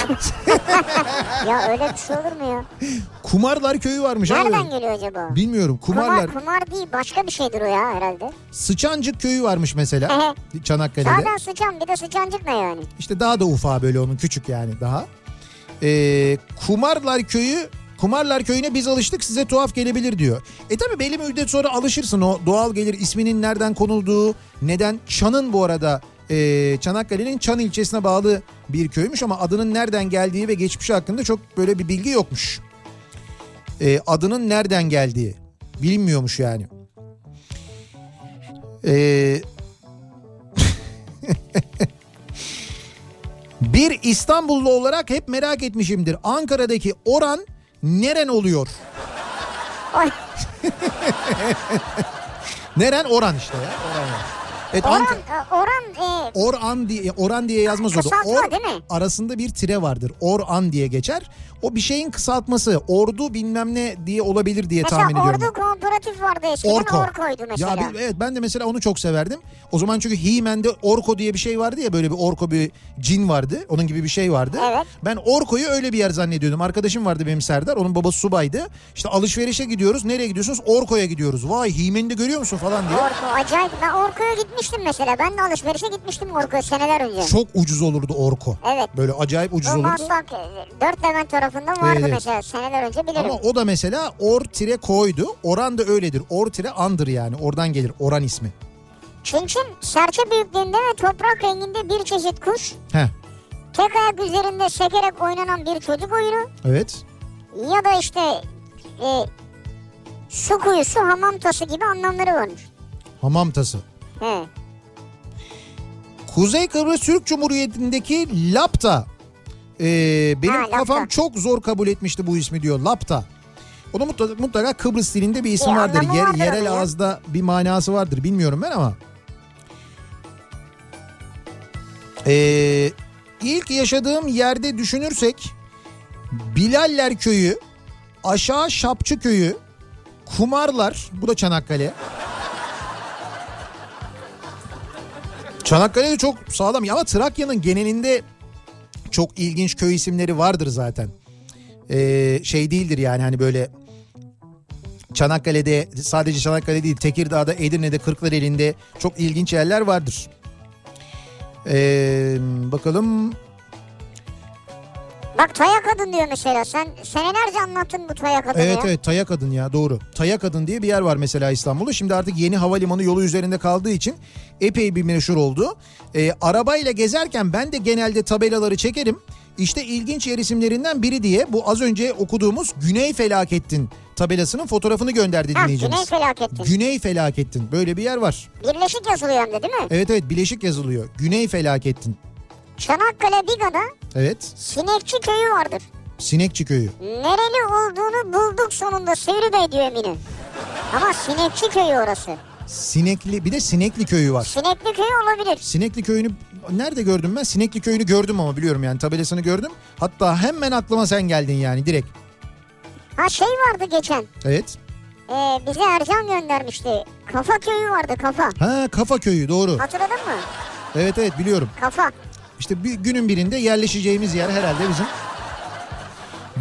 E,
Ya öyle bir şey olur mu ya?
Kumarlar köyü varmış abi.
Nereden geliyor acaba?
Bilmiyorum kumarlar.
Kumar, kumar değil başka bir şeydir o ya herhalde.
Sıçancık köyü varmış mesela Çanakkale'de.
Zaten sıçan bir de sıçancık ne yani?
İşte daha da ufa böyle onun küçük yani daha. Ee, kumarlar köyü Kumarlar köyüne biz alıştık size tuhaf gelebilir diyor. E tabi belli bir müddet sonra alışırsın o doğal gelir isminin nereden konulduğu neden Çan'ın bu arada e, Çanakkale'nin Çan ilçesine bağlı bir köymüş ama adının nereden geldiği ve geçmişi hakkında çok böyle bir bilgi yokmuş. E, adının nereden geldiği bilinmiyormuş yani. E, Eee Bir İstanbullu olarak hep merak etmişimdir. Ankara'daki oran neren oluyor?
Ay,
Neren oran işte ya. Oran. ya. Evet,
oran,
Anka-
e, oran e,
Oran diye oran diye yazmaz orada.
Kısaltma
Or,
değil mi?
arasında bir tire vardır. Oran diye geçer. O bir şeyin kısaltması. Ordu bilmem ne diye olabilir diye
mesela
tahmin ediyorum.
ordu kooperatif vardı eskiden
Orko.
Orko'ydu mesela.
Ya bir- evet ben de mesela onu çok severdim. O zaman çünkü He-Man'de Orko diye bir şey vardı ya böyle bir Orko bir cin vardı. Onun gibi bir şey vardı.
Evet.
Ben Orko'yu öyle bir yer zannediyordum. Arkadaşım vardı benim Serdar. Onun babası subaydı. İşte alışverişe gidiyoruz. Nereye gidiyorsunuz? Orko'ya gidiyoruz. Vay He-Man'i de görüyor musun falan diye.
Orko acayip. Ben Orko'ya gitmiştim mesela. Ben de alışverişe gitmiştim Orko'ya seneler önce.
Çok ucuz olurdu Orko.
Evet.
Böyle acayip ucuz
Bu
olurdu.
Maslak e, Dört Levent tarafında vardı
Evet.
mesela seneler önce bilirim.
Ama o da mesela or tire koydu. Oran da öyledir. Or tire andır yani. Oradan gelir. Oran ismi.
Çinçin serçe büyüklüğünde ve toprak renginde bir çeşit kuş.
Heh.
Tek ayak üzerinde sekerek oynanan bir çocuk oyunu.
Evet.
Ya da işte e, su kuyusu, hamam tası gibi anlamları varmış.
Hamam tası.
He.
Kuzey Kıbrıs Türk Cumhuriyeti'ndeki Lapta. Ee, benim
Ha, Lapta.
kafam çok zor kabul etmişti bu ismi diyor Lapta. Onun mutlaka, mutlaka Kıbrıs dilinde bir isim
Bir
vardır.
anlamı
Yer-
vardır
yerel
onun ya.
ağızda bir manası vardır bilmiyorum ben ama. Ee, ilk yaşadığım yerde düşünürsek Bilaller Köyü, Aşağı Şapçı Köyü, Kumarlar, bu da Çanakkale. Çanakkale de çok sağlam ya ama Trakya'nın genelinde çok ilginç köy isimleri vardır zaten. Ee, şey değildir yani hani böyle Çanakkale'de sadece Çanakkale değil Tekirdağ'da, Edirne'de, Kırklareli'nde çok ilginç yerler vardır. Ee, bakalım
Bak Taya Kadın diyor mesela. Sen senelerce anlattın bu Taya Kadın'ı
Evet
ya.
evet Taya Kadın ya doğru. Taya Kadın diye bir yer var mesela İstanbul'da. Şimdi artık yeni havalimanı yolu üzerinde kaldığı için epey bir meşhur oldu. Ee, arabayla gezerken ben de genelde tabelaları çekerim. İşte ilginç yer isimlerinden biri diye bu az önce okuduğumuz Güney Felakettin tabelasının fotoğrafını gönderdi
Ha, Ah, Güney
dinleyicimiz.
felaketti.
Güney Felakettin böyle bir yer var.
Birleşik yazılıyor hem de değil mi?
Evet evet bileşik yazılıyor. Güney Felakettin.
Çanakkale Biga'da
Evet.
Sinekçi köyü vardır.
Sinekçi köyü.
Nereli olduğunu bulduk sonunda Sivri Bey diyor Emine. Ama Sinekçi köyü orası.
Sinekli bir de Sinekli köyü var.
Sinekli köyü olabilir.
Sinekli Köyü'nü nerede gördüm ben? Sinekli Köyü'nü gördüm ama biliyorum yani tabelasını gördüm. Hatta hemen aklıma sen geldin yani direkt.
Ha şey vardı geçen.
Evet.
Ee, bize Ercan göndermişti. Kafa köyü vardı kafa.
Ha Kafa Köyü doğru.
Hatırladın mı?
Evet evet biliyorum.
Kafa.
İşte bir günün birinde yerleşeceğimiz yer herhalde bizim.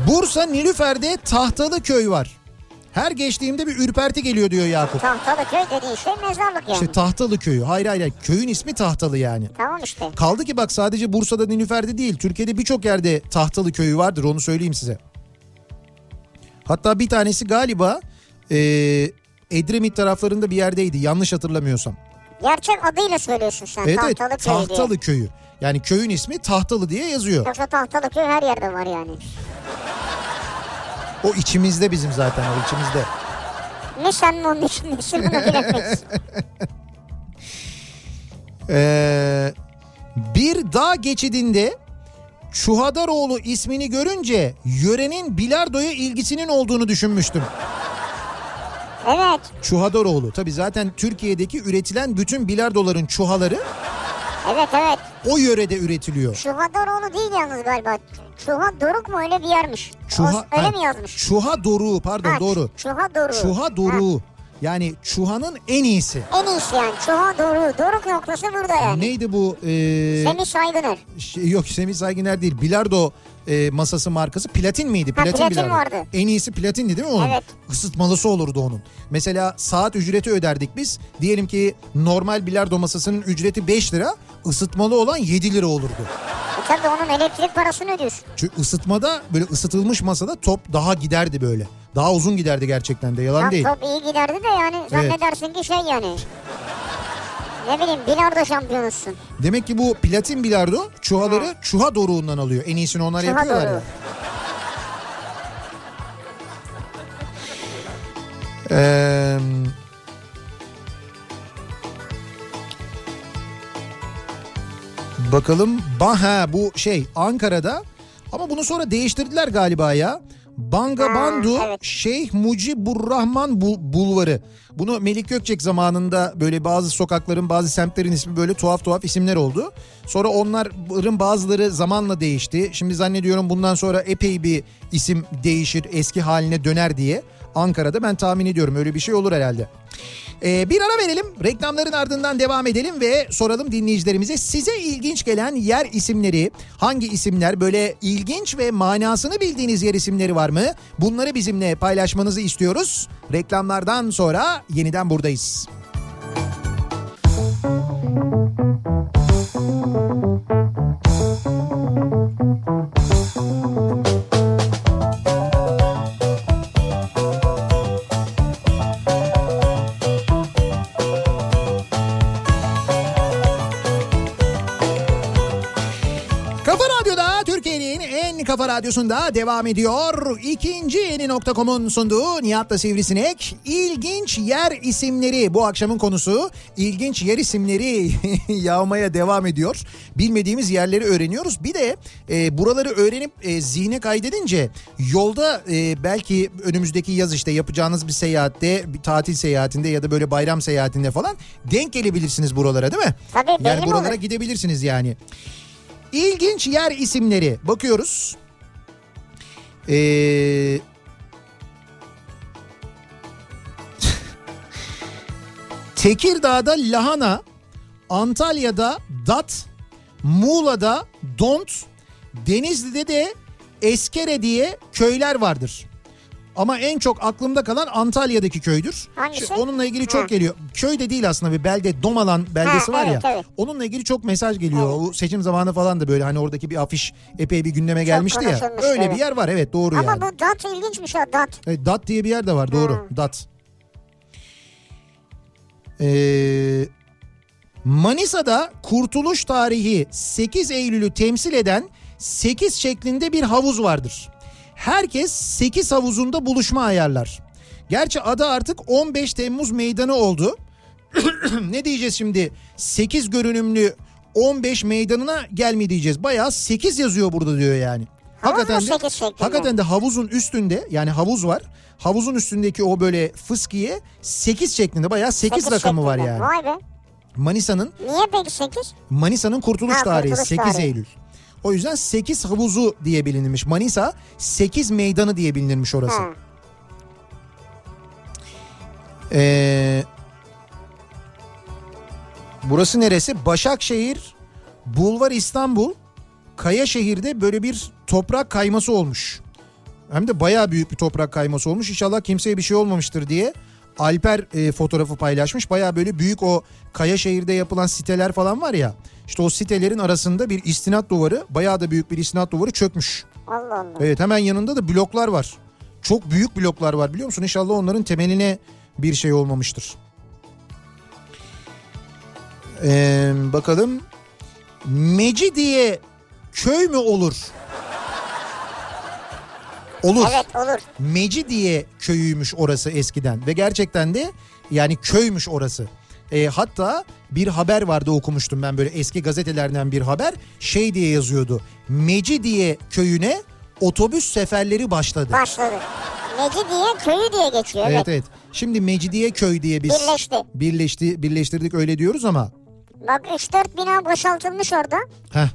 Bursa Nilüfer'de Tahtalı Köy var. Her geçtiğimde bir ürperti geliyor diyor Yakup.
Tahtalı köy dediğin şey mezarlık yani.
İşte Tahtalı Köyü. Hayır hayır hayır. köyün ismi Tahtalı yani.
tamam işte.
Kaldı ki bak sadece Bursa'da Nilüfer'de değil Türkiye'de birçok yerde tahtalı köyü vardır onu söyleyeyim size. Hatta bir tanesi galiba e, Edremit taraflarında bir yerdeydi yanlış hatırlamıyorsam.
Gerçek adıyla söylüyorsun sen.
Evet
tahtalı
evet
köy diye.
tahtalı köyü. Yani köyün ismi tahtalı diye yazıyor.
Yoksa tahtalı köy her yerde var yani.
O içimizde bizim zaten o içimizde.
Ne sen mi onun için nesin bunu bilemeyiz.
Ee, bir dağ geçidinde Çuhadaroğlu ismini görünce yörenin bilardoya ilgisinin olduğunu düşünmüştüm.
evet.
Çuhadaroğlu. Tabii zaten Türkiye'deki üretilen bütün bilardoların çuhaları
Evet evet.
O yörede üretiliyor.
Çuhadaroğlu değil yalnız galiba. Çuha Doruk mu öyle bir yermiş.
Çuha,
O- öyle
ha,
mi yazmış?
Çuha doruğu pardon
Ha,
doğru.
Ç- Çuha Doruk.
Çuha doruğu. Yani çuhanın en iyisi.
En iyisi yani. Çuha Doruk. Doruk noktası burada yani.
Neydi bu? ee,
Semih Saygıner.
şey- yok Semih Sayginer değil. Bilardo ee, masası markası platin miydi?
Ha, platin
bilardo.
vardı.
En iyisi platindi değil mi onun?
Evet.
Isıtmalısı olurdu onun. Mesela saat ücreti öderdik biz. Diyelim ki normal bilardo masasının ücreti 5 lira. ısıtmalı olan 7 lira olurdu.
E tabii onun elektrik parasını ödüyorsun.
Çünkü ısıtmada böyle ısıtılmış masada top daha giderdi böyle. Daha uzun giderdi gerçekten de yalan
Tam
değil.
top iyi giderdi de yani zannedersin ki şey yani. Ne bileyim bilardo şampiyonusun.
Demek ki bu platin bilardo çuhaları çuha doruğundan alıyor. En iyisini onlar
Çuha
yapıyorlar.
doruğu.
ya. Ee, bakalım. Ba ha bu şey Ankara'da ama bunu sonra değiştirdiler galiba ya. Bangabandu
Ha, evet.
Şeyh Muciburrahman Bul- Bulvarı. Bunu Melik Gökçek zamanında böyle bazı sokakların bazı semtlerin ismi böyle tuhaf tuhaf isimler oldu. Sonra onların bazıları zamanla değişti. Şimdi zannediyorum bundan sonra epey bir isim değişir eski haline döner diye. Ankara'da ben tahmin ediyorum öyle bir şey olur herhalde. Ee, bir ara verelim reklamların ardından devam edelim ve soralım dinleyicilerimize size ilginç gelen yer isimleri hangi isimler böyle ilginç ve manasını bildiğiniz yer isimleri var mı? Bunları bizimle paylaşmanızı istiyoruz. Reklamlardan sonra yeniden buradayız. Kafa Radyo'da Türkiye'nin en kafa radyosunda devam ediyor. İkinci yeni nokta.com'un sunduğu Nihat'la Sivrisinek. İlginç yer isimleri bu akşamın konusu. İlginç yer isimleri yağmaya devam ediyor. Bilmediğimiz yerleri öğreniyoruz. Bir de e, buraları öğrenip e, zihne kaydedince yolda e, belki önümüzdeki yaz işte yapacağınız bir seyahatte, bir tatil seyahatinde ya da böyle bayram seyahatinde falan denk gelebilirsiniz buralara değil mi?
Tabii, belli
yani
mi
buralara
olur?
gidebilirsiniz yani. İlginç yer isimleri bakıyoruz. Ee, Tekirdağ'da lahana, Antalya'da dat, Muğla'da dont, Denizli'de de eskere diye köyler vardır. Ama en çok aklımda kalan Antalya'daki köydür.
Hangisi?
Şimdi onunla ilgili çok
Ha.
geliyor. Köy de değil aslında bir belde Domalan beldesi
Ha,
var
evet,
ya.
evet.
Onunla ilgili çok mesaj geliyor. O seçim zamanı falan da böyle hani oradaki bir afiş epey bir gündeme gelmişti ya.
konuşulmuştu,
Öyle bir
evet.
yer var evet doğru
Ama
yani.
bu dat ilginçmiş ya dat.
Evet, E, dat diye bir yer de var doğru.
Hmm.
Dat. Ee, Manisa'da kurtuluş tarihi 8 Eylül'ü temsil eden 8 şeklinde bir havuz vardır. Herkes 8 havuzunda buluşma ayarlar. Gerçi adı artık 15 Temmuz meydanı oldu. ne diyeceğiz şimdi? 8 görünümlü 15 meydanına gel mi diyeceğiz. Bayağı 8 yazıyor burada diyor yani.
Havuz mu
Hakikaten de,
sekiz şeklinde?
hakikaten de havuzun üstünde yani havuz var. Havuzun üstündeki o böyle fıskiye 8 şeklinde bayağı 8,
Sekiz
rakamı var
şeklinde.
yani.
Vay be.
Manisa'nın
Niye peki 8?
Manisa'nın kurtuluş
Ha,
tarihi
kurtuluş
8
tarihi.
Eylül. O yüzden 8 havuzu diye bilinirmiş. Manisa 8 meydanı diye bilinirmiş orası.
Ha.
Ee, burası neresi? Başakşehir, Bulvar İstanbul, Kayaşehir'de böyle bir toprak kayması olmuş. Hem de bayağı büyük bir toprak kayması olmuş. İnşallah kimseye bir şey olmamıştır diye Alper e, fotoğrafı paylaşmış. Bayağı böyle büyük o Kayaşehir'de yapılan siteler falan var ya. İşte o sitelerin arasında bir istinat duvarı, bayağı da büyük bir istinat duvarı çökmüş.
Allah Allah.
Evet Ee, hemen yanında da bloklar var. Çok büyük bloklar var biliyor musun? İnşallah onların temeline bir şey olmamıştır. Ee, bakalım. Mecidiye köy mü olur? Olur.
Evet olur.
Mecidiye köyüymüş orası eskiden ve gerçekten de yani köymüş orası. E, hatta bir haber vardı okumuştum ben böyle eski gazetelerden bir haber şey diye yazıyordu. Mecidiye köyüne otobüs seferleri başladı.
Başladı. Neci diye köyü diye geçiyor. Evet.
evet. Şimdi Mecidiye köy diye biz
Birleşti.
birleşti birleştirdik öyle diyoruz ama
Bak 3-4 bina boşaltılmış orada.
Heh.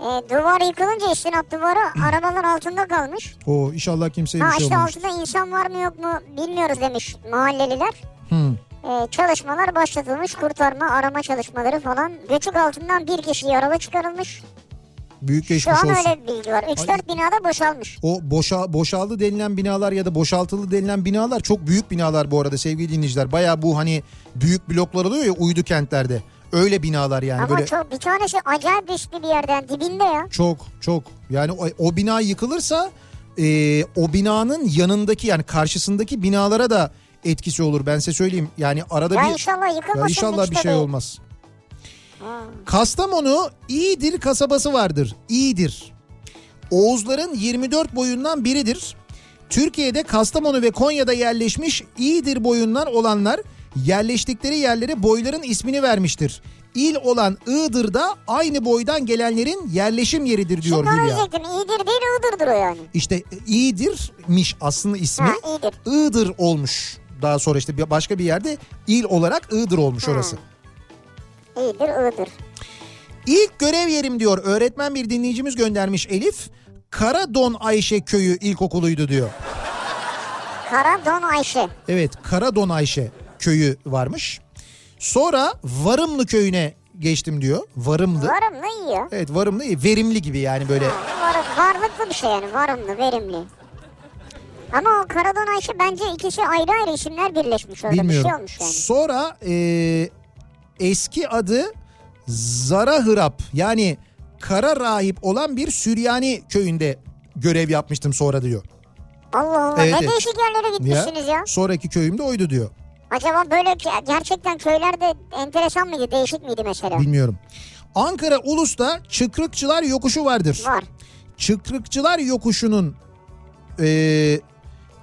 E, duvar yıkılınca üstüne duvarı arabalar altında kalmış.
O inşallah kimseye bir
Ha
şey
işte
olmamış.
altında insan var mı yok mu bilmiyoruz demiş mahalleliler.
Hı.
E, çalışmalar başlatılmış kurtarma arama çalışmaları falan. Göçük altından bir kişi yaralı çıkarılmış.
Büyük
Şu
geçmiş olsun.
an öyle bir bilgi var. 3-4 binada boşalmış.
O boşa, boşaldı denilen binalar ya da boşaltılı denilen binalar çok büyük binalar bu arada sevgili dinleyiciler. Baya bu hani büyük bloklar oluyor ya uydu kentlerde. Öyle binalar yani
Ama
böyle
çok bir tanesi acayip riskli bir yerden dibinde ya.
çok çok yani o, o bina yıkılırsa e, o binanın yanındaki yani karşısındaki binalara da etkisi olur ben size söyleyeyim. Yani arada
Ya
bir
inşallah yıkılmasın.
Ya inşallah
hiç
bir
de
şey
değil.
olmaz. Kastamonu İyidir kasabası vardır. İyidir. Oğuzların 24 boyundan biridir. Türkiye'de Kastamonu ve Konya'da yerleşmiş İyidir boyundan olanlar yerleştikleri yerlere boyların ismini vermiştir. İl olan Iğdır'da aynı boydan gelenlerin yerleşim yeridir diyor
Şimdi onu
Hülya.
diyecektim. İyidir değil Iğdır'dır o yani.
İşte İyidir'miş aslında ismi.
Ha iyidir.
Iğdır olmuş. Daha sonra işte bir- başka bir yerde il olarak Iğdır olmuş orası.
İyidir Iğdır.
İlk görev yerim diyor öğretmen bir dinleyicimiz göndermiş Elif. Karadon Ayşe köyü ilkokuluydu diyor.
Kara Don Ayşe.
Evet Karadon Ayşe köyü varmış. Sonra Varımlı köyüne geçtim diyor. Varımlı.
Varımlı yiyor.
Evet varımlı iyi, verimli gibi yani böyle.
Var, varlıklı bir şey yani. Varımlı, verimli. Ama o Karadon Ayşe bence ikisi ayrı ayrı isimler birleşmiş orada. Bir
Bilmiyorum.
şey olmuş yani.
Sonra e, eski adı Zarahırap yani kara rahip olan bir Süryani köyünde görev yapmıştım sonra diyor.
Allah Allah.
Evet,
ne
evet.
değişik yerlere gitmişsiniz ya.
Sonraki köyümde oydu diyor.
Acaba böyle ge- gerçekten köylerde enteresan mıydı? Değişik miydi mesela?
Bilmiyorum. Ankara Ulus'ta Çıkrıkçılar Yokuşu vardır.
Var.
Çıkrıkçılar Yokuşu'nun e,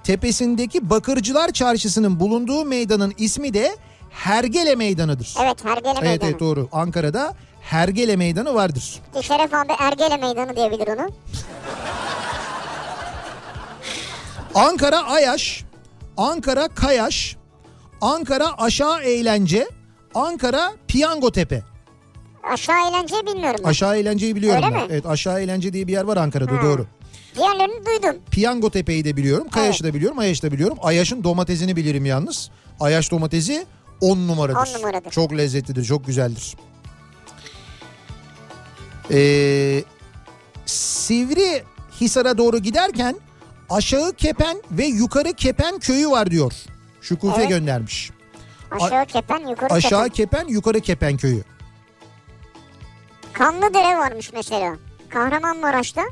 tepesindeki Bakırcılar Çarşısı'nın bulunduğu meydanın ismi de Hergele Meydanı'dır.
Evet Hergele
evet,
Meydanı.
evet doğru. Ankara'da Hergele Meydanı vardır.
İşte Şeref abi Ergele Meydanı diyebilir onu.
Ankara Ayaş, Ankara Kayaş, Ankara Aşağı Eğlence, Ankara Piyango Tepe.
Aşağı eğlenceyi bilmiyorum. ben.
Aşağı Eğlence'yi biliyorum
Öyle
ben.
mi? Hmm.
Evet Aşağı Eğlence diye bir yer var Ankara'da doğru.
Diğerlerini duydum.
Piyango Tepe'yi de biliyorum. Kayaş'ı da biliyorum. Ayaş'ı da biliyorum. Ayaş'ın domatesini bilirim yalnız. Ayaş domatesi 10 numaradır.
On numaradır.
Çok lezzetlidir, çok güzeldir. Ee, Sivri Hisar'a doğru giderken aşağı Kepen ve yukarı Kepen köyü var diyor. Şükufe
Evet.
göndermiş.
Aşağı kepen yukarı
Aşağı
kepen.
Kepen, yukarı Kepen köyü.
Kanlı dere varmış mesela. Kahramanmaraş'ta.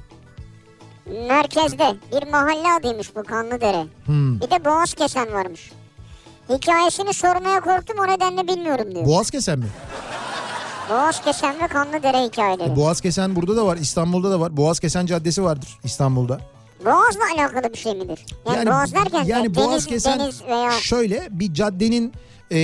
Merkezde bir mahalle adıymış bu kanlı dere.
Hmm.
Bir de boğaz kesen varmış. Hikayesini sormaya korktum o nedenle bilmiyorum diyor.
Boğaz kesen mi?
Boğaz kesen ve kanlı dere hikayeleri.
Boğaz kesen burada da var, İstanbul'da da var. Boğaz kesen caddesi vardır İstanbul'da.
Boğazla alakalı bir şey midir? Yani, boğaz derken
yani
de-
boğaz
deniz,
kesen
deniz veya
şöyle bir caddenin e,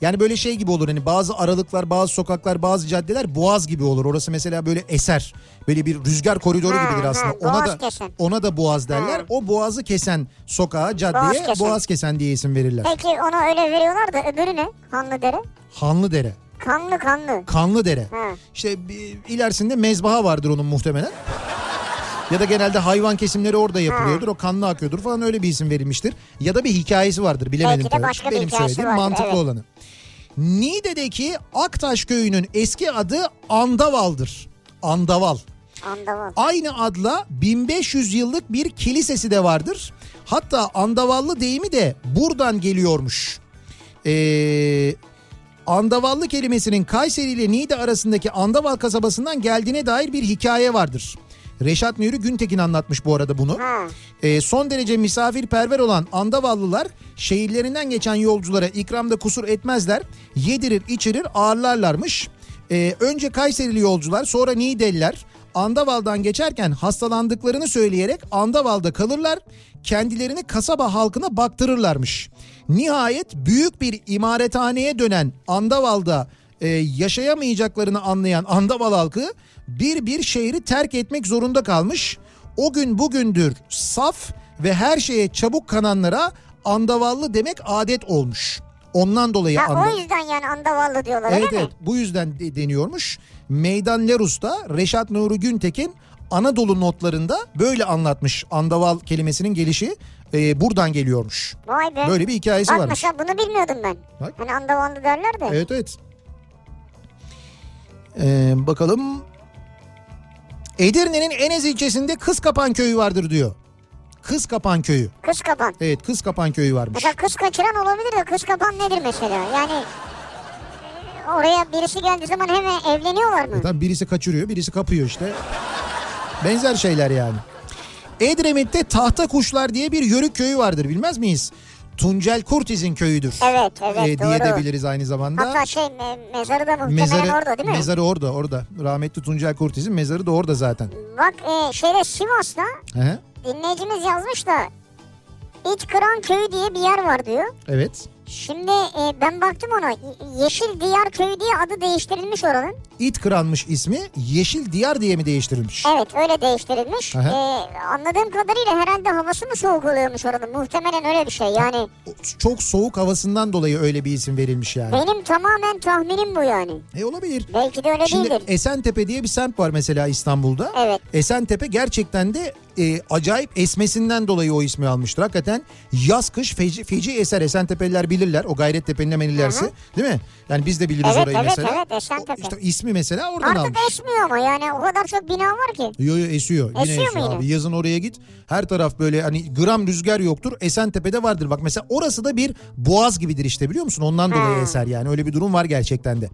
yani böyle şey gibi olur hani bazı aralıklar bazı sokaklar bazı caddeler boğaz gibi olur orası mesela böyle eser böyle bir rüzgar koridoru
Ha,
gibidir
ha,
aslında ona
boğaz
da
kesen.
ona da boğaz derler
Ha.
o boğazı kesen sokağa caddeye boğaz
Boğaz
kesen,
kesen.
diye isim verirler
Peki ona öyle veriyorlar da öbürü ne? Kanlı dere.
Hanlıdere
Kanlı kanlı.
Kanlıdere
Ha.
işte bir- ilerisinde mezbaha vardır onun muhtemelen ya da genelde hayvan kesimleri orada yapılıyordur. O kanlı akıyordur falan öyle bir isim verilmiştir. Ya da bir hikayesi vardır bilemedim
Belki de
tabii.
başka bir
Benim
hikayesi
söylediğim
vardır,
mantıklı
evet.
olanı. Niğde'deki Aktaş köyünün eski adı Andaval'dır. Andaval.
Andaval.
Aynı adla 1500 yıllık bir kilisesi de vardır. Hatta Andavallı deyimi de buradan geliyormuş. Ee, Andavallı kelimesinin Kayseri ile Niğde arasındaki Andaval kasabasından geldiğine dair bir hikaye vardır. Reşat Nuri Güntekin anlatmış bu arada bunu.
Ha.
Ee, son derece misafirperver olan Andavallılar şehirlerinden geçen yolculara ikramda kusur etmezler. Yedirir içirir ağırlarlarmış. Ee, önce Kayserili yolcular sonra Niğdeliler Andaval'dan geçerken hastalandıklarını söyleyerek Andaval'da kalırlar. Kendilerini kasaba halkına baktırırlarmış. Nihayet büyük bir imarethaneye dönen Andaval'da e, yaşayamayacaklarını anlayan Andaval halkı bir bir şehri terk etmek zorunda kalmış. O gün bugündür saf ve her şeye çabuk kananlara Andavallı demek adet olmuş. Ondan dolayı
Ha,
Anda-
o yüzden yani andavallı diyorlar
Evet
öyle
evet
mi?
bu yüzden de- deniyormuş. Meydan Lerus'ta Reşat Nuri Güntekin Anadolu notlarında böyle anlatmış andaval kelimesinin gelişi e, buradan geliyormuş.
Vay be.
Böyle bir hikayesi
Bak
varmış.
mesela bunu bilmiyordum ben.
Bak.
Hani andavallı derler de.
Evet evet. Ee, bakalım. Edirne'nin Enes ilçesinde Kızkapan köyü vardır diyor. Kızkapan köyü.
Kız kapan.
Evet Kızkapan köyü varmış.
Mesela kız kaçıran olabilir de kız kapan nedir mesela? Yani e, oraya birisi geldiği zaman hemen evleniyorlar mı?
E, Tabii birisi kaçırıyor, birisi kapıyor işte. Benzer şeyler yani. Edremit'te Tahta Kuşlar diye bir yörük köyü vardır bilmez miyiz? Tuncel Kurtiz'in köyüdür.
Evet, evet,
Diye
doğru.
de biliriz aynı zamanda.
Hatta şey me- mezarı da muhtemelen
mezarı,
orada değil mi?
Mezarı orada orada. Rahmetli Tuncel Kurtiz'in mezarı da orada zaten.
Bak e, şeyde Sivas'ta
Hı hı,
dinleyicimiz yazmış da İç Kıran Köyü diye bir yer var diyor.
Evet.
Şimdi e, ben baktım ona Ye- Yeşil Diyar Köyü diye adı değiştirilmiş oranın.
İt Kıranmış ismi Yeşil Diyar diye mi değiştirilmiş?
Evet öyle değiştirilmiş.
Aha.
E, anladığım kadarıyla herhalde havası mı soğuk oluyormuş oranın muhtemelen öyle bir şey yani.
Çok soğuk havasından dolayı öyle bir isim verilmiş yani.
Benim tamamen tahminim bu yani.
E olabilir.
Belki de öyle
Şimdi e-
değildir.
Esentepe diye bir semt var mesela İstanbul'da.
Evet.
Esentepe gerçekten de e, acayip esmesinden dolayı o ismi almıştır. Hakikaten yaz kış feci, feci eser Esentepeliler bilirler. O Gayrettepe'nin hemen ilerisi değil mi? Yani biz de biliriz
Evet,
orayı
evet,
mesela.
evet, Esentepe.
O- İşte ismi mesela oradan
Artık
almış.
esmiyor ama yani o kadar çok bina var ki.
Yo yo esiyor. Yine
Esiyor
esiyor,
mu yine?
abi. Yazın oraya git. Her taraf böyle hani gram rüzgar yoktur. Esentepe'de vardır. Bak mesela orası da bir boğaz gibidir işte biliyor musun? Ondan dolayı
Ha.
eser yani. Öyle bir durum var gerçekten de.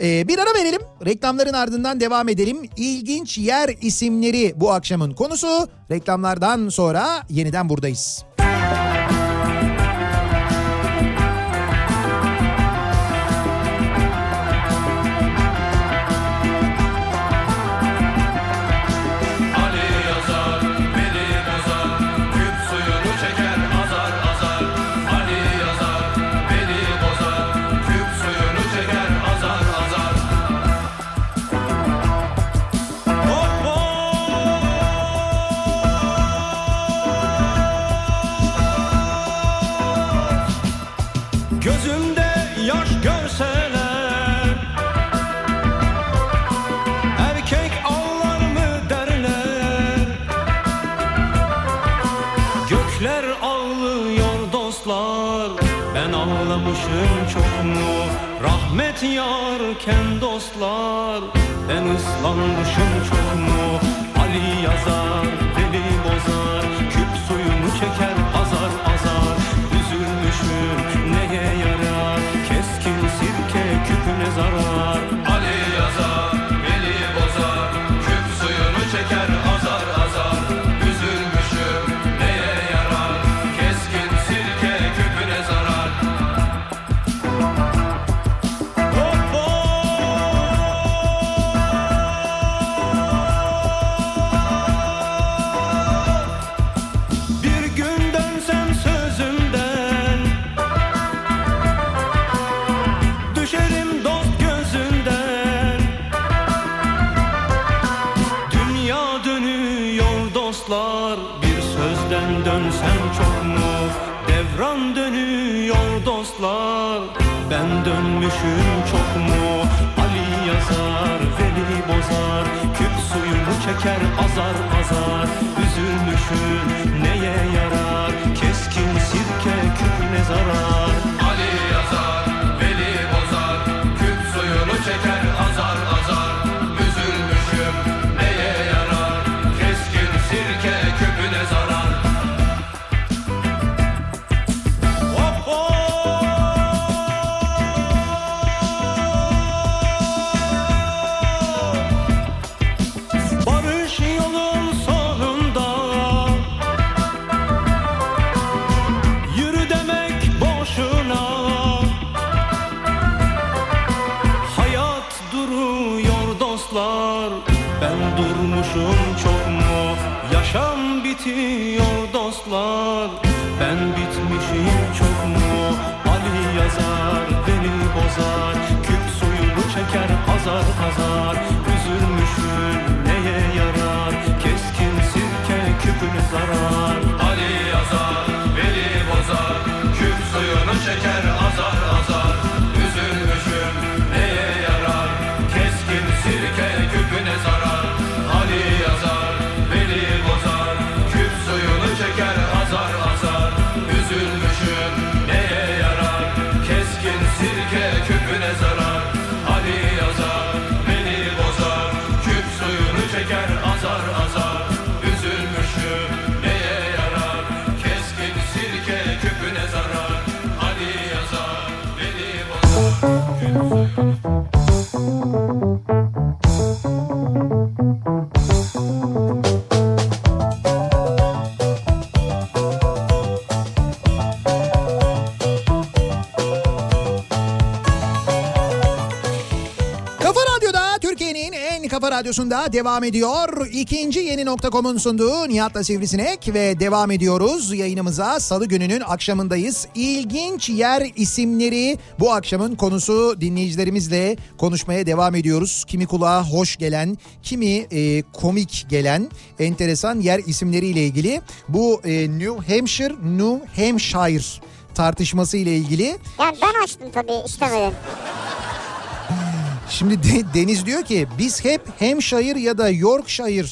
Ee, bir ara verelim. Reklamların ardından devam edelim. İlginç yer isimleri bu akşamın konusu. Reklamlardan sonra yeniden buradayız.
Ali yazar, beni bozar, küp suyunu çeker azar azar. Ali yazar, beni bozar, küp suyunu çeker azar azar. Hop hop! Gözümde yaş görseler Erkek ağlar mı derler Gökler ağlıyor dostlar Ben ağlamışım çok mu Rahmet yarken dostlar Ben ıslanmışım çok mu Ali yazar deli bozar Küp suyunu çeker azar azar Üzülmüşüm neye yarar Keskin sirke küpüne zarar Ali yazar beni bozar Küp suyunu çeker azar azar Üzülmüşüm neye yarar Keskin sirke küpüne zarar Hop hop! Bir gün dönsem sözümden Düşerim dost gözünden Dünya dönüyor dostlar Bir sözden dönsem çok mu Devran dönüyor dostlar Ben dönmüşüm çok mu Ali yazar Veli bozar Küp suyunu çeker azar azar Üzülmüşüm neye yarar Keskin sirke küpüne zarar Ali yazar Veli bozar Küp suyunu çeker azar azar Üzülmüşüm neye yarar Keskin sirke küpüne zarar Hop hop Barış yolun sonunda Yürü demek boşuna Hayat duruyor dostlar Ben durmuşum çok mu Yaşam bitiyor dostlar Ben bitmişim çok mu Ali yazar beni bozar Küp suyunu çeker azar azar Üzülmüşüm neye yarar Keskin sirke küpüne zarar Ali yazar beni bozar Küp suyunu çeker azar
Kafa Radyosu'nda devam ediyor. İkinci yeni nokta.com'un sunduğu Nihat'la Sivrisinek ve devam ediyoruz yayınımıza. Salı gününün akşamındayız. İlginç yer isimleri bu akşamın konusu dinleyicilerimizle konuşmaya devam ediyoruz. Kimi kulağa hoş gelen, kimi e, komik gelen enteresan yer isimleriyle ilgili. Bu e, New Hampshire, New Hampshire tartışması ile ilgili.
Yani ben açtım tabii istemeden.
Şimdi De- Deniz diyor ki biz hep Hampshire ya da Yorkshire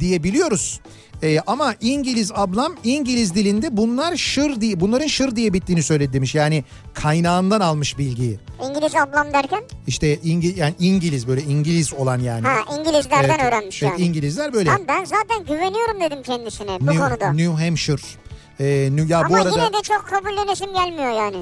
diye biliyoruz. Ee, ama İngiliz ablam İngiliz dilinde bunlar şır diye bunların şır diye bittiğini söyledi demiş. Yani kaynağından almış bilgiyi.
İngiliz ablam derken
İşte İngi- yani İngiliz böyle İngiliz olan yani.
ha İngilizlerden
Evet,
öğrenmiş
evet,
yani.
İngilizler böyle.
Lan ben zaten güveniyorum dedim kendisine bu konuda.
New, New Hampshire. Ee, New- ya bu
Ama
arada
yine de çok kabullenesim gelmiyor yani.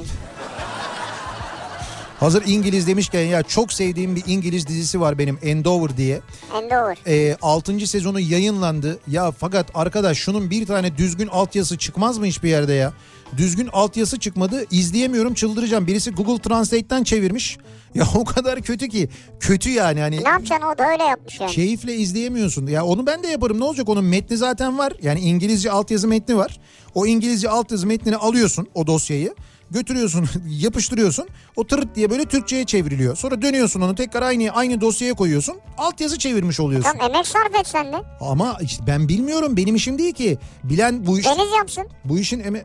hazır İngiliz demişken ya çok sevdiğim bir İngiliz dizisi var benim Endover diye.
Endover.
e, 6. sezonu yayınlandı. Ya fakat arkadaş şunun bir tane düzgün altyazı çıkmaz mı hiçbir yerde ya? Düzgün altyazı çıkmadı. İzleyemiyorum çıldıracağım. Birisi Google Translate'ten çevirmiş. Ya o kadar kötü ki. Kötü yani hani
Ne yapacaksın o da öyle yapmış yani.
keyifle izleyemiyorsun. Ya onu ben de yaparım. Ne olacak? Onun metni zaten var. Yani İngilizce altyazı metni var. O İngilizce altyazı metnini alıyorsun o dosyayı. Götürüyorsun, yapıştırıyorsun. O tırt diye böyle Türkçeye çevriliyor. Sonra dönüyorsun onu tekrar aynı aynı dosyaya koyuyorsun. Altyazı çevirmiş oluyorsun.
Tamam emek sarf et sen de.
Ama işte ben bilmiyorum benim işim değil ki. Bilen bu iş
Deniz yapsın.
bu işin eme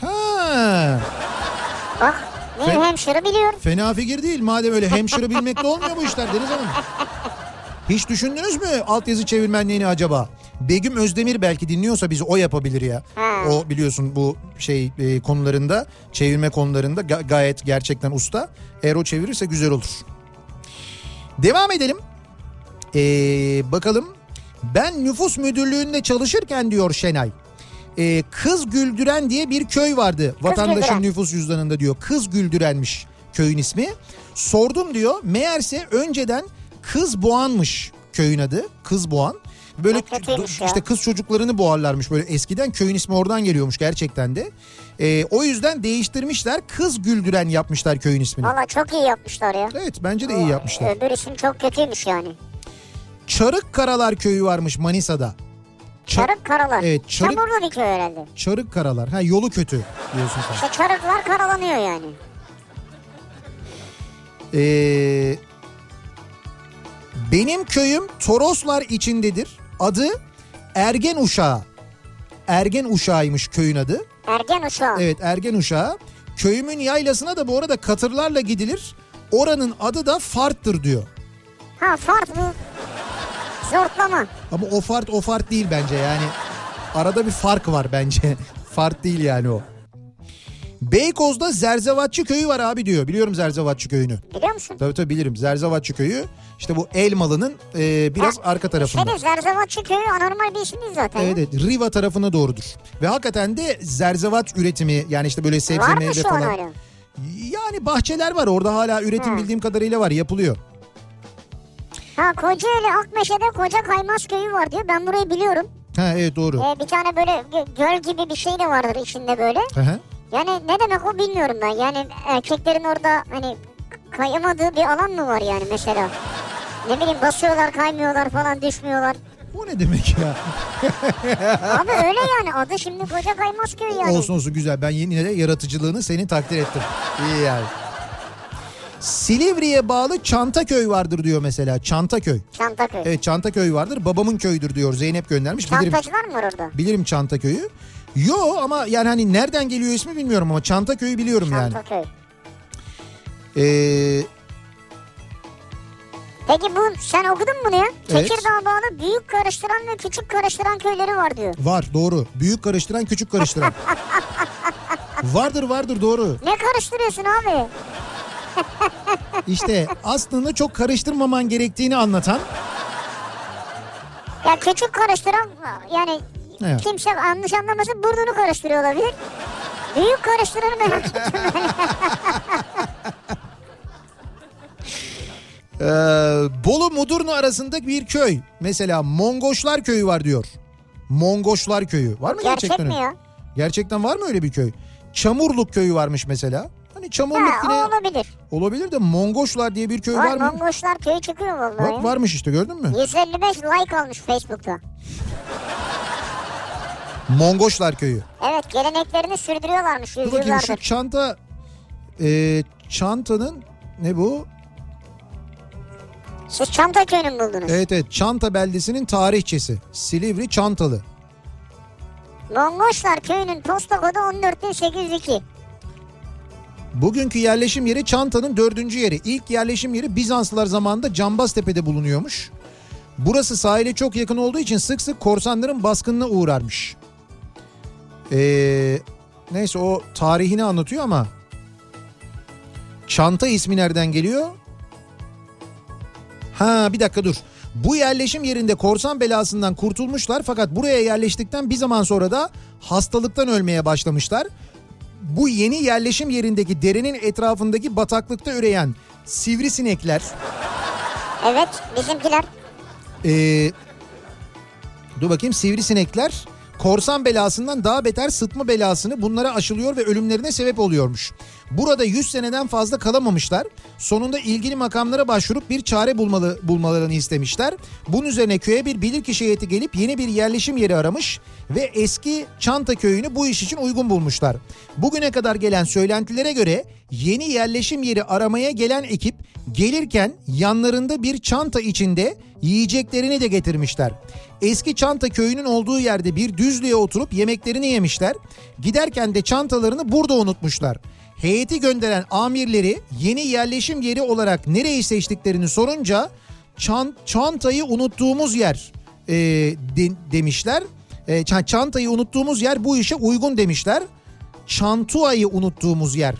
Ha!
Bak New
Fe-
Hampshire'ı biliyor.
Fena fikir değil. Madem öyle hemşire bilmekle olmuyor bu işler Deniz Hanım. Hiç düşündünüz mü altyazı çevirmenliğini acaba? Begüm Özdemir belki dinliyorsa bizi o yapabilir ya.
Ha.
O biliyorsun bu şey e, konularında, çevirme konularında ga- gayet gerçekten usta. Eğer o çevirirse güzel olur. Devam edelim. Ee, bakalım. Ben nüfus müdürlüğünde çalışırken diyor Şenay. Ee, Kız Güldüren diye bir köy vardı vatandaşın
Güldüren.
nüfus cüzdanında diyor. Kız Güldürenmiş köyün ismi. Sordum diyor. Meğerse önceden Kız Boğanmış köyün adı. Kız Boğan. Böyle
Ne kötüymüş ya.
işte kız çocuklarını boğarlarmış böyle eskiden köyün ismi oradan geliyormuş gerçekten de. Ee, o yüzden değiştirmişler. Kız Güldüren yapmışlar köyün ismini.
Valla çok iyi yapmışlar ya.
Evet bence de iyi yapmışlar.
Öbür isim çok kötüymüş yani.
Çarık Karalar köyü varmış Manisa'da. Çar-
Çarık karalar.
Evet, çarık-
Çamurlu bir köy herhalde.
Çarık Karalar. Ha yolu kötü diyorsun sen.
İşte çarıklar karalanıyor yani.
Ee, benim köyüm Toroslar içindedir. Adı Ergen Uşağı. Ergen Uşağı'ymış köyün adı.
Ergen uşağı.
Evet Ergen Uşağı. Köyümün yaylasına da bu arada katırlarla gidilir. Oranın adı da Fart'tır diyor.
Ha fart bu. Zortlama.
Ama o Fart o Fart değil bence yani. Arada bir fark var bence. Fart değil yani o. Beykoz'da Zerzevatçı köyü var abi diyor. Biliyorum Zerzevatçı köyünü.
Biliyor musun?
Tabii tabii bilirim. Zerzavatçı köyü işte bu Elmalı'nın e, biraz
Ha, şey
arka tarafında.
Şeyde Zerzavatçı köyü anormal bir isim değil zaten. ya.
Evet, evet Riva tarafına doğrudur. Ve hakikaten de zerzevat üretimi yani işte böyle sebze
Var mı
meyve
şu an
falan.
öyle?
Yani bahçeler var orada hala üretim bildiğim kadarıyla var yapılıyor.
Ha Kocaeli Akmeşe'de Koca Kaymaz köyü var diyor. Ben burayı biliyorum.
Ha evet doğru.
Ee, bir tane böyle gö- göl gibi bir şey de vardır içinde böyle.
Hı hı.
Yani ne demek o bilmiyorum ben. Yani erkeklerin orada hani kayamadığı bir alan mı var yani mesela? Ne bileyim basıyorlar kaymıyorlar falan düşmüyorlar.
Bu ne demek ya?
Abi öyle yani adı şimdi koca kaymaz köyü yani.
Olsun olsun güzel. Ben yine de yaratıcılığını senin takdir ettim. İyi yani. Silivri'ye bağlı Çantaköy vardır diyor mesela. Çantaköy.
Çantaköy.
Evet Çantaköy vardır. Babamın köyüdür diyor. Zeynep göndermiş. Bilirim.
Çantacılar mı var orada?
Bilirim Çantaköy'ü. Yo ama yani hani nereden geliyor ismi bilmiyorum ama Çantaköy'ü biliyorum yani.
Çantaköy.
Ee,
Peki bu sen okudun mu bunu ya?
Evet.
Tekirdağ bağlı büyük karıştıran ve küçük karıştıran köyleri var diyor.
var doğru. Büyük karıştıran küçük karıştıran. vardır vardır doğru.
Ne karıştırıyorsun abi?
İşte aslında çok karıştırmaman gerektiğini anlatan.
Ya küçük karıştıran yani
Evet.
kimse yanlış anlamasın burnunu karıştırıyor olabilir. Büyük karıştıranı merak ettim.
Ee, Bolu Mudurnu arasında bir köy. Mesela Mongoşlar köyü var diyor. Mongoşlar köyü. Var mı
Gerçek
gerçekten?
mi
öyle?
ya?
Gerçekten var mı öyle bir köy? Çamurluk köyü varmış mesela. Hani
Ha,
Çamurluk
o
yine
olabilir.
olabilir de Mongoşlar diye bir köy var,
Var,
mı?
Mongoşlar köye çıkıyor vallahi.
Bak varmış işte gördün mü?
155 like almış Facebook'ta.
Mongoşlar köyü.
Evet geleneklerini sürdürüyorlarmış
Dur bakayım şu
yüzyıllardır.
çanta e, çantanın ne bu?
Siz çanta köyünü mü buldunuz?
Evet evet çanta beldesinin tarihçesi. Silivri Çantalı.
Mongoşlar köyünün posta kodu 14802.
Bugünkü yerleşim yeri Çanta'nın dördüncü yeri. İlk yerleşim yeri Bizanslılar zamanında Cambaztepe'de bulunuyormuş. Burası sahile çok yakın olduğu için sık sık korsanların baskınına uğrarmış. Ee, neyse o tarihini anlatıyor ama Çanta ismi nereden geliyor? Ha bir dakika dur. Bu yerleşim yerinde korsan belasından kurtulmuşlar fakat buraya yerleştikten bir zaman sonra da hastalıktan ölmeye başlamışlar bu yeni yerleşim yerindeki derenin etrafındaki bataklıkta üreyen sivrisinekler
Evet bizimkiler.
ee, dur bakayım sivrisinekler korsan belasından daha beter sıtma belasını bunlara aşılıyor ve ölümlerine sebep oluyormuş. Burada 100 seneden fazla kalamamışlar. Sonunda ilgili makamlara başvurup bir çare bulmalı, bulmalarını istemişler. Bunun üzerine köye bir bilirkişi heyeti gelip yeni bir yerleşim yeri aramış ve eski Çanta köyünü bu iş için uygun bulmuşlar. Bugüne kadar gelen söylentilere göre yeni yerleşim yeri aramaya gelen ekip gelirken yanlarında bir çanta içinde yiyeceklerini de getirmişler. Eski Çanta köyünün olduğu yerde bir düzlüğe oturup yemeklerini yemişler. Giderken de çantalarını burada unutmuşlar. Heyeti gönderen amirleri yeni yerleşim yeri olarak nereyi seçtiklerini sorunca çan- çantayı unuttuğumuz yer e, de- demişler. E, çan- çantayı unuttuğumuz yer bu işe uygun demişler. Çantua'yı unuttuğumuz yer.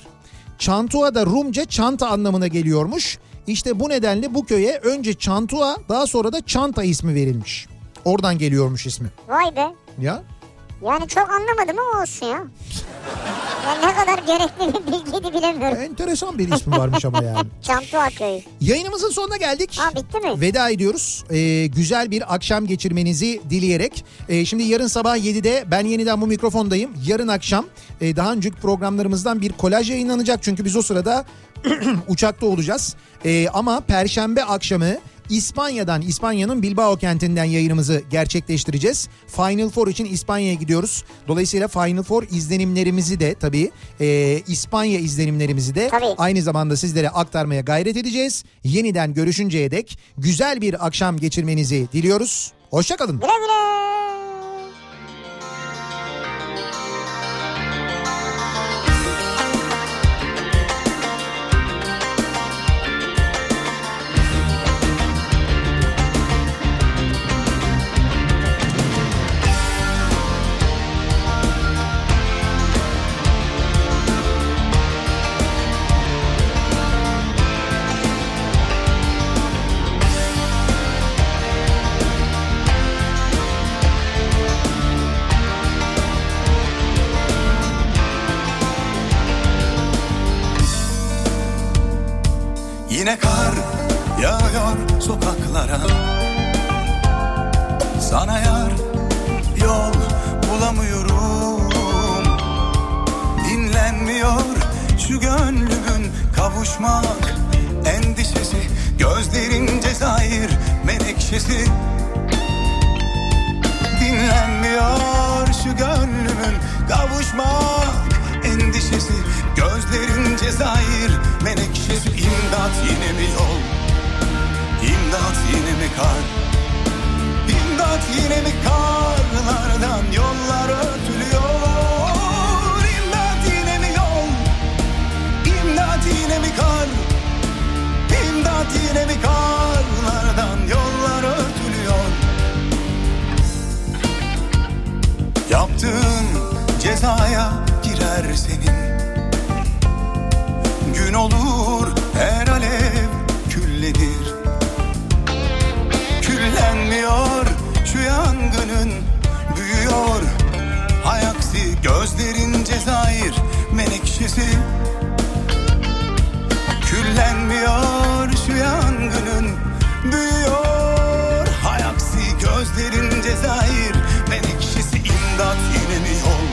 Çantua da Rumca çanta anlamına geliyormuş. İşte bu nedenle bu köye önce Çantua daha sonra da Çanta ismi verilmiş. Oradan geliyormuş ismi.
Vay be.
Ya
Yani çok anlamadım ama olsun ya. ya ne kadar gerekli bir bilgiydi bilemiyorum.
enteresan bir ismi varmış ama yani.
Çantua köyü.
Yayınımızın sonuna geldik.
Ha bitti mi?
Veda ediyoruz. Ee, güzel bir akşam geçirmenizi dileyerek. Ee, şimdi yarın sabah 7'de ben yeniden bu mikrofondayım. Yarın akşam e, daha önceki programlarımızdan bir kolaj yayınlanacak. Çünkü biz o sırada uçakta olacağız. Ee, ama perşembe akşamı İspanya'dan, İspanya'nın Bilbao kentinden yayınımızı gerçekleştireceğiz. Final Four için İspanya'ya gidiyoruz. Dolayısıyla Final Four izlenimlerimizi de tabii e, İspanya izlenimlerimizi de
Tabii.
aynı zamanda sizlere aktarmaya gayret edeceğiz. Yeniden görüşünceye dek güzel bir akşam geçirmenizi diliyoruz. Hoşçakalın.
Güle güle.
Yine kar yağıyor sokaklara Sana yar yol bulamıyorum Dinlenmiyor şu gönlümün kavuşmak endişesi Gözlerin cezayir menekşesi Dinlenmiyor şu gönlümün kavuşmak endişesi Gözlerin Cezayir menekşesi İmdat yine mi yol İmdat yine mi kar İmdat yine mi karlardan yollar örtülüyor İmdat yine mi yol İmdat yine mi kar İmdat yine mi karlardan yollar örtülüyor Yaptığın cezaya girer senin Gün olur her alev küllenir Küllenmiyor şu yangının büyüyor Hayaksi gözlerin cezayir menekşesi Küllenmiyor şu yangının büyüyor Hayaksi gözlerin Cezayir menekşesi imdat yine mi yol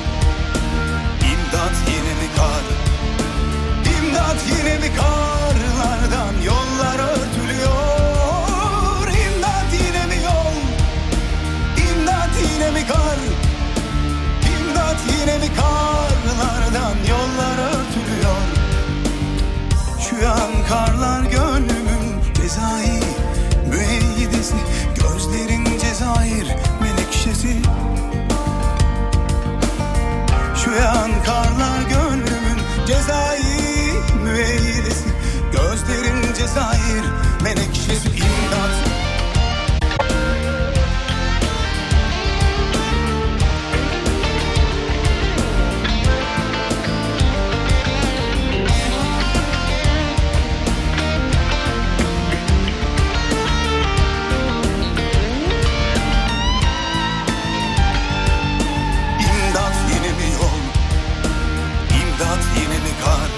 İmdat yine mi kar Yağan karlar gönlümün cezai müeyyidesi Gözlerin cezayir menekşesi Şu yağan karlar gönlümün cezai müeyyidesi Gözlerin cezayir menekşesi İmdat İmdat yine mi yol? İmdat yine mi kar?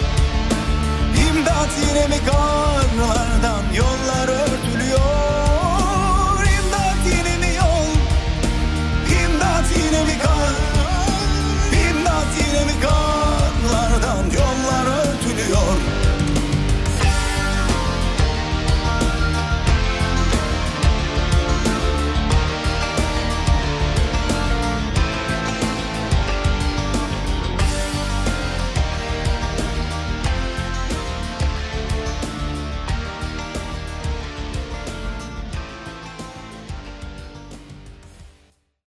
İmdat yine mi kar?